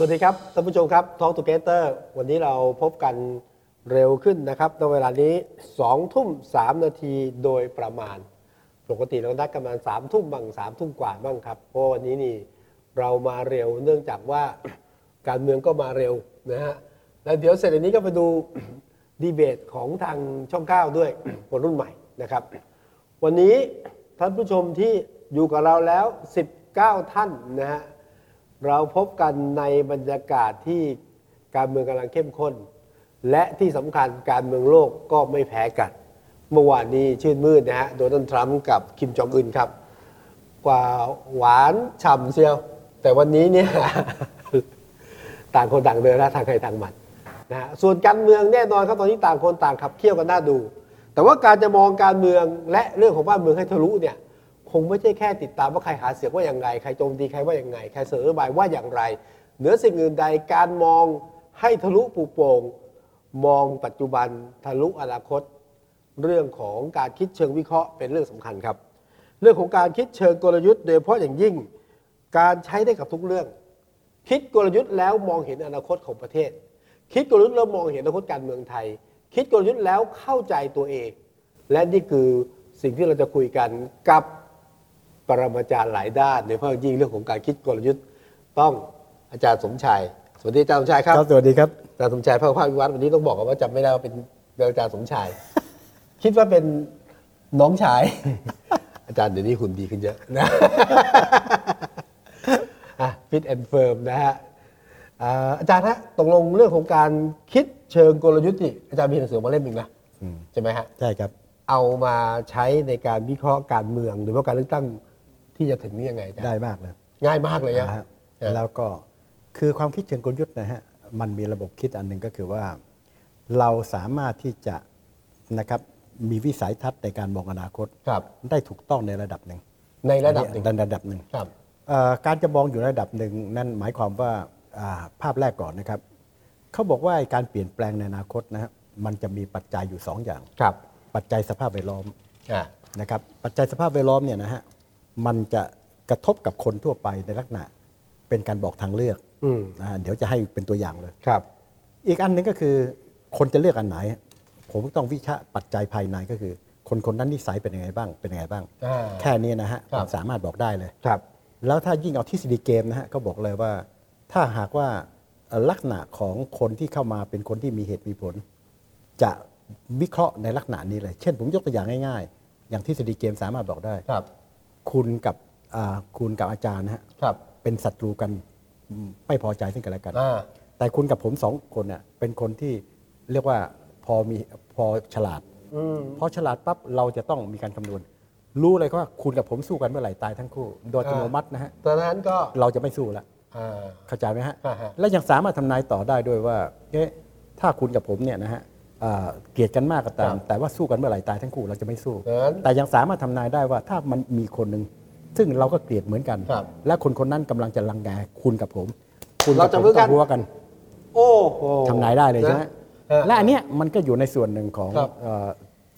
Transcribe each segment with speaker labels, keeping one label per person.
Speaker 1: วัสดีครับท่านผู้ชมครับท a l k t ูเกเตอร์วันนี้เราพบกันเร็วขึ้นนะครับในเวลานี้2ทุ่ม3นาทีโดยประมาณ ปกติเรานัดกันประมาณ3ทุ่มบ้าง3ทุ่มกว่าบ้างครับ เพราะวันนี้นี่เรามาเร็วเนื่องจากว่า การเมืองก็มาเร็วนะฮะแล้วเดี๋ยวเสร็จอันนี้ก็ไปดู ดีเบตของทางช่องเก้าด้วย คนรุ่นใหม่นะครับ วันนี้ท่านผู้ชมที่อยู่กับเราแล้ว 19 ท่านนะฮะ เราพบกันในบรรยากาศที่การเมืองกำลังเข้มข้น และที่สำคัญการเมืองโลกก็ไม่แพ้กัน เมื่อวานนี้ชื่นมืดนะฮะ โดนัลด์ทรัมป์กับคิมจองอึนครับ กว่าหวานฉ่ำเชียว แต่วันนี้เนี่ย ต่างคนต่างเดินและทางใครทางมันนะฮะส่วนการเมืองแน่นอนครับตอนนี้ต่างคนต่างขับเคี่ยวกันหน้าดู แต่ว่าการจะมองการเมืองและเรื่องของบ้านเมืองให้ทะลุเนี่ยคงไม่ใช่แค่ติดตามว่าใครหาเสียงว่าอย่างไร ใครโจมตีใครว่าอย่างไรใครเสนอนโยบายว่าอย่างไร เหนือสิ่งอื่นใดการมองให้ทะลุปูโป่งมองปัจจุบันทะลุอนาคต เรื่องของการคิดเชิงวิเคราะห์เป็นเรื่องสำคัญครับ เรื่องของการคิดเชิงกลยุทธ์โดยเฉพาะอย่างยิ่ง การใช้ได้กับทุกเรื่อง คิดกลยุทธ์แล้วมองเห็นอนาคตของประเทศ คิดกลยุทธ์แล้วมองเห็นอนาคตการเมืองไทย คิดกลยุทธ์แล้วเข้าใจตัวเอง และนี่คือสิ่งที่เราจะคุยกันกับปรมาจารย์หลายด้านโดยเฉพาะอย่างยิ่งเรื่องของการคิดกลยุทธ์ ต้องอาจารย์สมชายสวัสดีอาจารย์สมชายครับ
Speaker 2: ครับ สวัสดีครับ
Speaker 1: อาจารย์สมชายพระภาควิวัฒน์วันนี้ต้องบอกกันว่าจำไม่ได้ว่าเป็นอาจารย์สมชาย คิดว่าเป็นน้องชาย อาจารย์เดี๋ยวนี้หุ่นดีขึ้นเยอะ นะฟิตแอนด์เฟิร์มนะฮะอ่าอาจารย์ฮะตกลงเรื่องของการคิดเชิงกลยุทธ์นี่อาจารย์มีหนังสือมาเล่มหนึ่งนะใช่ไหมฮะ
Speaker 2: ใช่ครับ
Speaker 1: เอามาใช้ในการวิเคราะห์การเมือง หรือว่าการเลือกตั้งที่จะถึงนี่ยังไงอาจาร
Speaker 2: ได้
Speaker 1: ย์
Speaker 2: มากเลย
Speaker 1: ง่ายมากเลย
Speaker 2: นะ
Speaker 1: นะ
Speaker 2: ฮะแล้วก็คือความคิดเชิงกลยุทธ์นะฮะ มันมีระบบคิดอันหนึ่งก็คือว่า เราสามารถที่จะนะครับมีวิสัยทัศน์ในการมองอนาคต
Speaker 1: ครับ
Speaker 2: ได้ถูกต้องในระดับหนึ่ง
Speaker 1: ในระดับหนึ่ง
Speaker 2: ในระดับหนึ่ง
Speaker 1: ครับ
Speaker 2: เอ่อการจะมองอยู่ระดับหนึ่งนั่นหมายความว่าอ่าภาพแรกก่อนนะครับเขาบอกว่าไอ้การเปลี่ยนแปลงในอนาคตนะฮะมันจะมีปัจจัยอยู่สองอย่าง
Speaker 1: ครับ
Speaker 2: ปัจจัยสภาพแวดล้อม
Speaker 1: อ่า
Speaker 2: นะครับปัจจัยสภาพแวดล้อมเนี่ยนะฮะมันจะกระทบกับคนทั่วไปในลักษณะเป็นการบอกทางเลือก
Speaker 1: อืม
Speaker 2: นะฮะเดี๋ยวจะให้เป็นตัวอย่างเลย
Speaker 1: ครับ
Speaker 2: อีกอันหนึงก็คือ คนจะเลือกอันไหน ผมต้องวิชาปัจจัยภายในก็คือ คนคนนั้นนิสัยเป็นยังไงบ้างเป็นยังไงบ้าง
Speaker 1: อ่า
Speaker 2: แค่นี้นะฮะ
Speaker 1: ครับ
Speaker 2: ผมสามารถบอกได้เลย
Speaker 1: ครับ
Speaker 2: แล้วถ้ายิ่งเอาทฤษฎีเกมนะฮะก็บอกเลยว่า ถ้าหากว่าเอ่อลักษณะของคนที่เข้ามาเป็นคนที่มีเหตุมีผล จะวิเคราะห์ในลักษณะนี้เลย เช่นผมยกตัวอย่างง่ายๆ อย่างทฤษฎีเกมสามารถบอกได้
Speaker 1: ครับ
Speaker 2: คุณกับอ่าคุณกับอาจารย์นะฮะ
Speaker 1: ครับ
Speaker 2: เป็นศัตรูกันอืมไม่พอใจซึ่งกันและกัน
Speaker 1: อ่า
Speaker 2: แต่คุณกับผมสองคนเนี่ยเป็นคนที่เรียกว่าพอมีพอฉลาด
Speaker 1: อืม
Speaker 2: พอฉลาดปั๊บเราจะต้องมีการคำนวณ รู้เลยว่าคุณกับผมสู้กันเมื่อไหร่ตายทั้งคู่ โดยอัตโนมัตินะฮะ
Speaker 1: ตอนนั้นก็
Speaker 2: เราจะไม่สู้ละ
Speaker 1: อ่า
Speaker 2: เข้าใจไหมฮะ
Speaker 1: อ่าฮะ
Speaker 2: และยังสามารถทำนายต่อได้ด้วยว่า เอ๊ะ ถ้าคุณกับผมเนี่ยนะฮะเอ่อเกลียดกันมากก็ตา
Speaker 1: ค
Speaker 2: ม
Speaker 1: รับ
Speaker 2: แต่ว่าสู้กันเมื่อไหร่ตายทั้งคู่เราจะไม่สู้
Speaker 1: เออ
Speaker 2: แต่ยังสามารถทำนายได้ว่าถ้ามันมีคนหนึ่งซึ่งเราก็เกลียดเหมือนกัน
Speaker 1: ครับ
Speaker 2: และคนคนนั้นกำลังจะรังแกคุณกับผม คุณ
Speaker 1: เราจะ
Speaker 2: บ
Speaker 1: มือกัน
Speaker 2: ผต้องหัวกัน
Speaker 1: โอ้โห
Speaker 2: ทำนายได้เลยใช่ไหม
Speaker 1: นะเออ
Speaker 2: และอันเนี้ยมันก็อยู่ในส่วนหนึ่งของ
Speaker 1: ครับ
Speaker 2: เอ่อ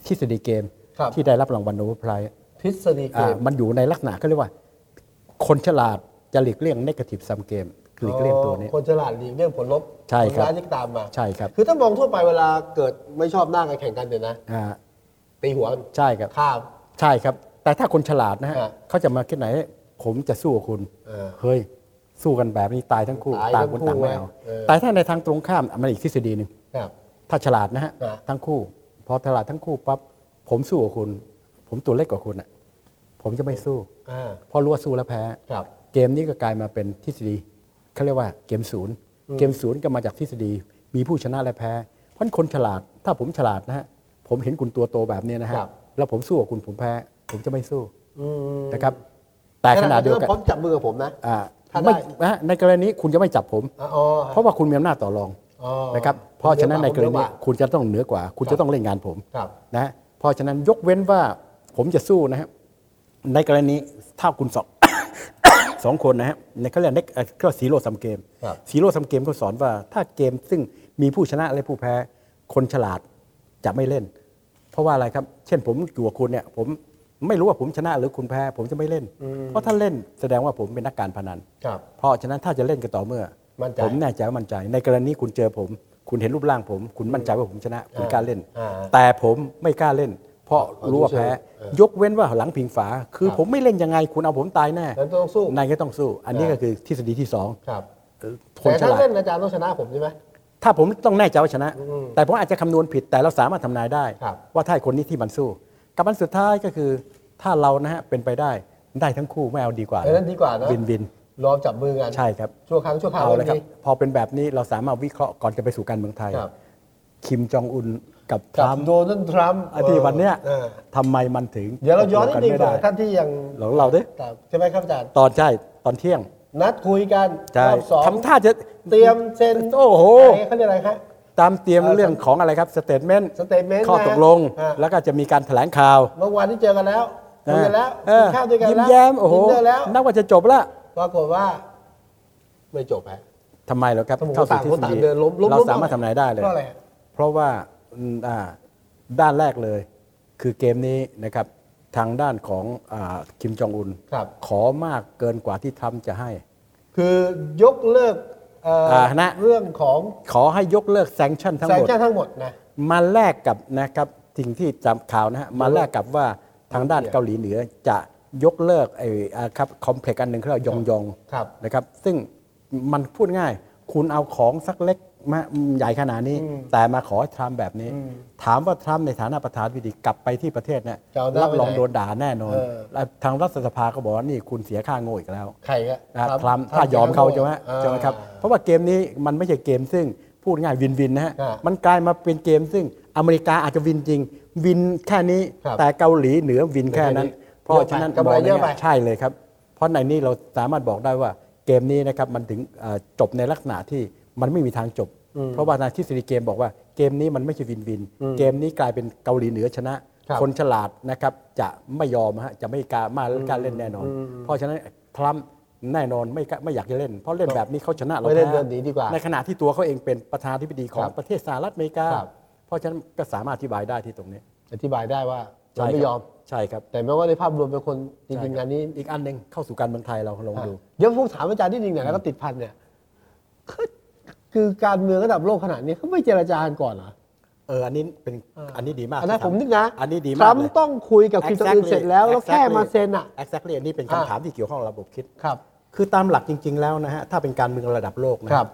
Speaker 2: ทฤษฎีเกม
Speaker 1: ครับ
Speaker 2: ที่ได้รับรางวัลโนเบลไพรส์
Speaker 1: ทฤษฎีเก
Speaker 2: อ่าม มันอยู่ในลักษณะก็เรียกว่า คนฉลาดจะหลีกเลี่ยง negative sum game หลีกเลี่ยงตัวนี้
Speaker 1: คนฉลาดหลีกเลี่ยงผลลบ
Speaker 2: ใช่ครับ
Speaker 1: ผลร้ายที่ตามมา
Speaker 2: ใช่ครับ
Speaker 1: คือถ้ามองทั่วไปเวลาเกิดไม่ชอบหน้ากันแข่งกันเนี่ยนะ
Speaker 2: อ่า
Speaker 1: ตีหัวกัน
Speaker 2: ใช่ครับ
Speaker 1: ฆ่า
Speaker 2: ใช่ครับ แต่ถ้าคนฉลาดนะฮะ
Speaker 1: อ่ะ
Speaker 2: เขาจะมาคิดไหน ผมจะสู้กับคุณ
Speaker 1: เออ
Speaker 2: เฮ้ย สู้กันแบบนี้ตายทั้งคู่
Speaker 1: ตาย
Speaker 2: ต่าง
Speaker 1: ทั้ง
Speaker 2: คน
Speaker 1: คู่
Speaker 2: ต่างไม่เอา
Speaker 1: เออ
Speaker 2: แต่ถ้าในทางตรงข้ามอ่ะมันอีกทฤษฎีหนึ่ง
Speaker 1: ครับ
Speaker 2: ถ้าฉลาดนะฮะ
Speaker 1: อ่ะ
Speaker 2: ทั้งคู่ พอฉลาดทั้งคู่ปั๊บ ผมสู้กับคุณ ผมตัวเล็กกว่าคุณอ่ะ ผมจะไม่สู้
Speaker 1: อ่า
Speaker 2: เพราะรู้ว่าสู้แล้วแพ้
Speaker 1: ครับ
Speaker 2: เกมนี้ก็กลายมาเป็นทฤษฎีเขาเรียกว่าเกมศูนย์เกมศูนย์ก็มาจากทฤษฎี มีผู้ชนะและแพ้เพราะฉะนั้นคนฉลาด ถ้าผมฉลาดนะฮะผมเห็นคุณตัวโตแบบเนี้ยนะฮะ
Speaker 1: ครับ
Speaker 2: แล้วผมสู้กับคุณผมแพ้ ผมจะไม่สู้
Speaker 1: อืม
Speaker 2: นะครับ แต่ขณะเดียวกัน
Speaker 1: พร้อมจับมือกับผมนะ
Speaker 2: อ่า
Speaker 1: ถ้าได้
Speaker 2: ไม่นะฮะในกรณีนี้คุณจะไม่จับผม
Speaker 1: อ่ะอ๋อ
Speaker 2: เพราะว่าคุณมีอำนาจต่อรอง
Speaker 1: อ๋อ
Speaker 2: นะครับเพราะฉะนั้นในกรณี
Speaker 1: ผม
Speaker 2: นี้
Speaker 1: เยอะ
Speaker 2: คุณจะต้องเหนือกว่า คุณจะต้องเล่นงานผม
Speaker 1: ครับ
Speaker 2: นะฮะเพราะฉะนั้นยกเว้นว่าผมจะสู้นะฮะในกรณีถ้าคุณสอง สองคนนะฮะในเขาเรียกในเอ่อเขาเรียก็สีโร่ซัมเกม
Speaker 1: ครับ
Speaker 2: สีโร่ซัมเกมเขาสอนว่าถ้าเกมซึ่งมีผู้ชนะและผู้แพ้ คนฉลาดจะไม่เล่น เพราะว่าอะไรครับ เช่นผมอยู่กับคุณเนี่ยผมไม่รู้ว่าผมชนะหรือคุณแพ้ ผมจะไม่เล่น เพราะถ้าเล่นแสดงว่าผมเป็นนักการพนัน
Speaker 1: ครับ
Speaker 2: เพราะฉะนั้นถ้าจะเล่นกันต่อเมื่อ
Speaker 1: มั่นใจ
Speaker 2: ผมแน่ใจว่ามั่นใจในกรณีคุณเจอผม คุณเห็นรูปร่างผม คุณมั่นใจว่าผมชนะ คุณกล้าเล่น
Speaker 1: อ่า
Speaker 2: แต่ผมไม่กล้าเล่น เพราะ
Speaker 1: อ๋อ
Speaker 2: รู้ว่าแพ้
Speaker 1: รู้สึกเออย
Speaker 2: กเว้นว่าหลังพิงฝา คือ
Speaker 1: ครับ
Speaker 2: ผมไม่เล่นยังไงคุณเอาผมตายแน่
Speaker 1: นั้นต้องสู้
Speaker 2: นายก็ต้องสู้ อันนี้
Speaker 1: อ่า
Speaker 2: ก็คือทฤษฎีที่สอง
Speaker 1: ครับ
Speaker 2: คน
Speaker 1: แต่
Speaker 2: ฉ
Speaker 1: ถ้า
Speaker 2: ลาด
Speaker 1: เล่นอาจารย์ต้องชนะผมใช่ไหม
Speaker 2: ถ้าผมต้องแน่ใจว่าชนะ
Speaker 1: อืม
Speaker 2: แต่ผมอาจจะคำนวณผิดแต่เราสามารถทำนายได้
Speaker 1: ครับ
Speaker 2: ว่าถ้าไอ้คนนี้ที่มันสู้ กับอันสุดท้ายก็คือ ถ้าเรานะฮะเป็นไปได้ได้ทั้งคู่ไม่เอาดีกว่า
Speaker 1: ดังนั้นดีกว่านะ
Speaker 2: วินวิน
Speaker 1: รอจับมือกัน
Speaker 2: ใช่ครับ
Speaker 1: ชั่วครั้งชั่วคราว
Speaker 2: เอาละครับ
Speaker 1: นี้
Speaker 2: พอเป็นแบบนี้เราสามารถวิเคราะห์ก่อนจะไปสู่การเมืองไทย
Speaker 1: ครับ
Speaker 2: คิมจองอุนกับท
Speaker 1: กับ
Speaker 2: รัมป์
Speaker 1: โดนัลด์ทรัมป์
Speaker 2: อาทิตย์วันเนี้ย
Speaker 1: ออ
Speaker 2: ทำไมมันถึง
Speaker 1: เดี๋ยวเราย้อน
Speaker 2: ต
Speaker 1: นิดนึ
Speaker 2: กล
Speaker 1: ง
Speaker 2: ไม่
Speaker 1: ก่อ
Speaker 2: ได้
Speaker 1: นท่านที่ยัง
Speaker 2: ของเราดิ
Speaker 1: ใช่ไหมครับอาจารย์
Speaker 2: ตอนใช่ตอนเที่ยง
Speaker 1: นัดคุยกัน
Speaker 2: ใช่
Speaker 1: รอบสอง
Speaker 2: ทำท่าจะ
Speaker 1: เตรียมเซ็น
Speaker 2: โอ้โห
Speaker 1: ะไรเขาเรียกอะไรฮะ
Speaker 2: ตามเตรียม
Speaker 1: เอ่อ
Speaker 2: เรื่องของอะไรครับสเตทเมนต์
Speaker 1: สเตทเมนต์
Speaker 2: ข้อตกลง
Speaker 1: แล้
Speaker 2: แล้ว วก็จะมีการแถลงข่าว
Speaker 1: เมื่อวานที่เจอกันแล้วคุยกันแล้ว
Speaker 2: เอ
Speaker 1: กิ
Speaker 2: อน
Speaker 1: ข้าวด้วยกัน
Speaker 2: ยิ้ม
Speaker 1: แล้ว
Speaker 2: แย้มโอ้โห
Speaker 1: ดินเนอร์แล้ว
Speaker 2: นับว่าจะจบละ
Speaker 1: ปรากฏว่า ไม่จบฮะ
Speaker 2: ทำไมเหรอครับ
Speaker 1: สมมติ
Speaker 2: เข้า
Speaker 1: ต่า
Speaker 2: สู่
Speaker 1: ง
Speaker 2: ทฤ
Speaker 1: คน
Speaker 2: ษ
Speaker 1: ต่าง
Speaker 2: ฎี
Speaker 1: เดินล้มล้ม
Speaker 2: เรา
Speaker 1: ล้
Speaker 2: สามารถทำนายได้เลย
Speaker 1: เพราะอะไรฮะ
Speaker 2: เพราะว่าอืมอ่าด้านแรกเลย คือเกมนี้นะครับทางด้านของอาคิมจองอุน
Speaker 1: ครับ
Speaker 2: ขอมากเกินกว่าที่ทรัมป์จะให้
Speaker 1: คือยกเลิกเอ่ออา
Speaker 2: นะ
Speaker 1: เรื่องของ
Speaker 2: ขอให้ยกเลิกแซงชั่นทั้ง
Speaker 1: แซ
Speaker 2: ห
Speaker 1: ง
Speaker 2: มด
Speaker 1: ชั่นทั้งหมดนะ
Speaker 2: มาแลกกับนะครับสิ่งที่จำข่าวนะฮะมาแลกกับว่าทางด้านเกาหลีเหนือจะยกเลิกไอ้อ่าครับคอมเพล็กซ์อันหนึ่งเขาเรียกว่ายองยอง
Speaker 1: ครับ
Speaker 2: นะครับซึ่งมันพูดง่าย คุณเอาของสักเล็กมาใหญ่ขนาดนี้ แต่มาขอให้ทรัมป์แบบนี้ ถามว่าทรัมป์ในฐานะประธานวิธีกลับไปที่ประเทศเนี่ย
Speaker 1: จะเอาหน้า
Speaker 2: รับ
Speaker 1: ไป
Speaker 2: รอง
Speaker 1: ไหน
Speaker 2: โดนด่าแน่นอน
Speaker 1: เออ
Speaker 2: และทางรัฐสภาก็บอกว่านี่คุณเสียค่าโง่อีกแล้ว
Speaker 1: ใครครับ
Speaker 2: นะทรัมป์ถ้ายอมเขาใช่ไหมใช่ไหมครับ เพ
Speaker 1: อ่า
Speaker 2: ราะว่าเกมนี้มันไม่ใช่เกมซึ่งพูดง่ายวินวินนะฮะ
Speaker 1: อ่ามั
Speaker 2: มันกลายมาเป็นเกมซึ่งอเมริกาอาจจะวินจริง วินแค่นี้
Speaker 1: ครับ
Speaker 2: แต่เกาหลีเหนือวินแค่นั้น
Speaker 1: เยอะไป
Speaker 2: เพราะฉะนั้น
Speaker 1: กำไร
Speaker 2: มองใน
Speaker 1: เยอะไป
Speaker 2: แง่ใช่เลยครับ เพราะในนี้เราสามารถบอกได้ว่าเกมนี้นะครับมันถึงเอ่อจบในลักษณะที่มันไม่มีทางจบ เพราะว่าทางทฤษฎีเกมบอกว่าเกมนี้มันไม่ใช่วินวิน เกมนี้กลายเป็นเกาหลีเหนือชนะ
Speaker 1: ครับ
Speaker 2: คนฉลาดนะครับจะไม่ยอมฮะจะไม่กล้ามาและกล้าเล่นแน่นอน เพราะฉะนั้นทรัมป์แน่นอนไม่กล้าไม่อยากจะเล่น เพราะเล่นแบบนี้เขาชนะเรา
Speaker 1: ไม่เล่น
Speaker 2: แพ้
Speaker 1: เดินหนีดีกว่า
Speaker 2: ในขณะที่ตัวเขาเองเป็นประธานาธิบดีข
Speaker 1: ค
Speaker 2: อง
Speaker 1: รับ
Speaker 2: ประเทศสหรัฐอเมริกา
Speaker 1: ครับ
Speaker 2: เพราะฉะนั้นก็สามารถอธิบายได้ที่ตรงนี้
Speaker 1: อธิบายได้ว่าเรา
Speaker 2: ใช่
Speaker 1: ไม่
Speaker 2: ครับ
Speaker 1: ยอม
Speaker 2: ใช่ครับ
Speaker 1: แต่แม้ว่าในภาพรวมเป็นคนจ
Speaker 2: ใช่ค
Speaker 1: ริ
Speaker 2: รั
Speaker 1: ง
Speaker 2: บ
Speaker 1: ๆงานนี้
Speaker 2: อีกอันหนึ่งเข้าสู่การเมืองไทยเราลองดู
Speaker 1: เดี๋ยวผมถามอาจารย์นิดนึงหน่อยแล้วก็ติดพันเนี่ยคือคือการเมืองระดับโลกขนาดนี้เขาไม่เจรจากันก่อนเหรอ
Speaker 2: เอออันนี้เป็นอันนี้ดีมาก
Speaker 1: อันนั้น
Speaker 2: ที่
Speaker 1: ผ
Speaker 2: ทำ
Speaker 1: มนึกนะ
Speaker 2: อันนี้ดี
Speaker 1: ท
Speaker 2: มาก
Speaker 1: รัมป์
Speaker 2: เลย
Speaker 1: ต้องคุยกับคิมจองอึน
Speaker 2: Exactly
Speaker 1: เสร็จแล้วแล้วแค่
Speaker 2: Exactly
Speaker 1: มาเซ็นอ่ะ
Speaker 2: exactly อันนี้เป็น
Speaker 1: อ่า
Speaker 2: คำถามที่เกี่ยวข้องกับระบบคิด
Speaker 1: ครับ
Speaker 2: คือตามหลักจริง ๆ แล้วนะฮะถ้าเป็นการเมืองระดับโลกนะครับ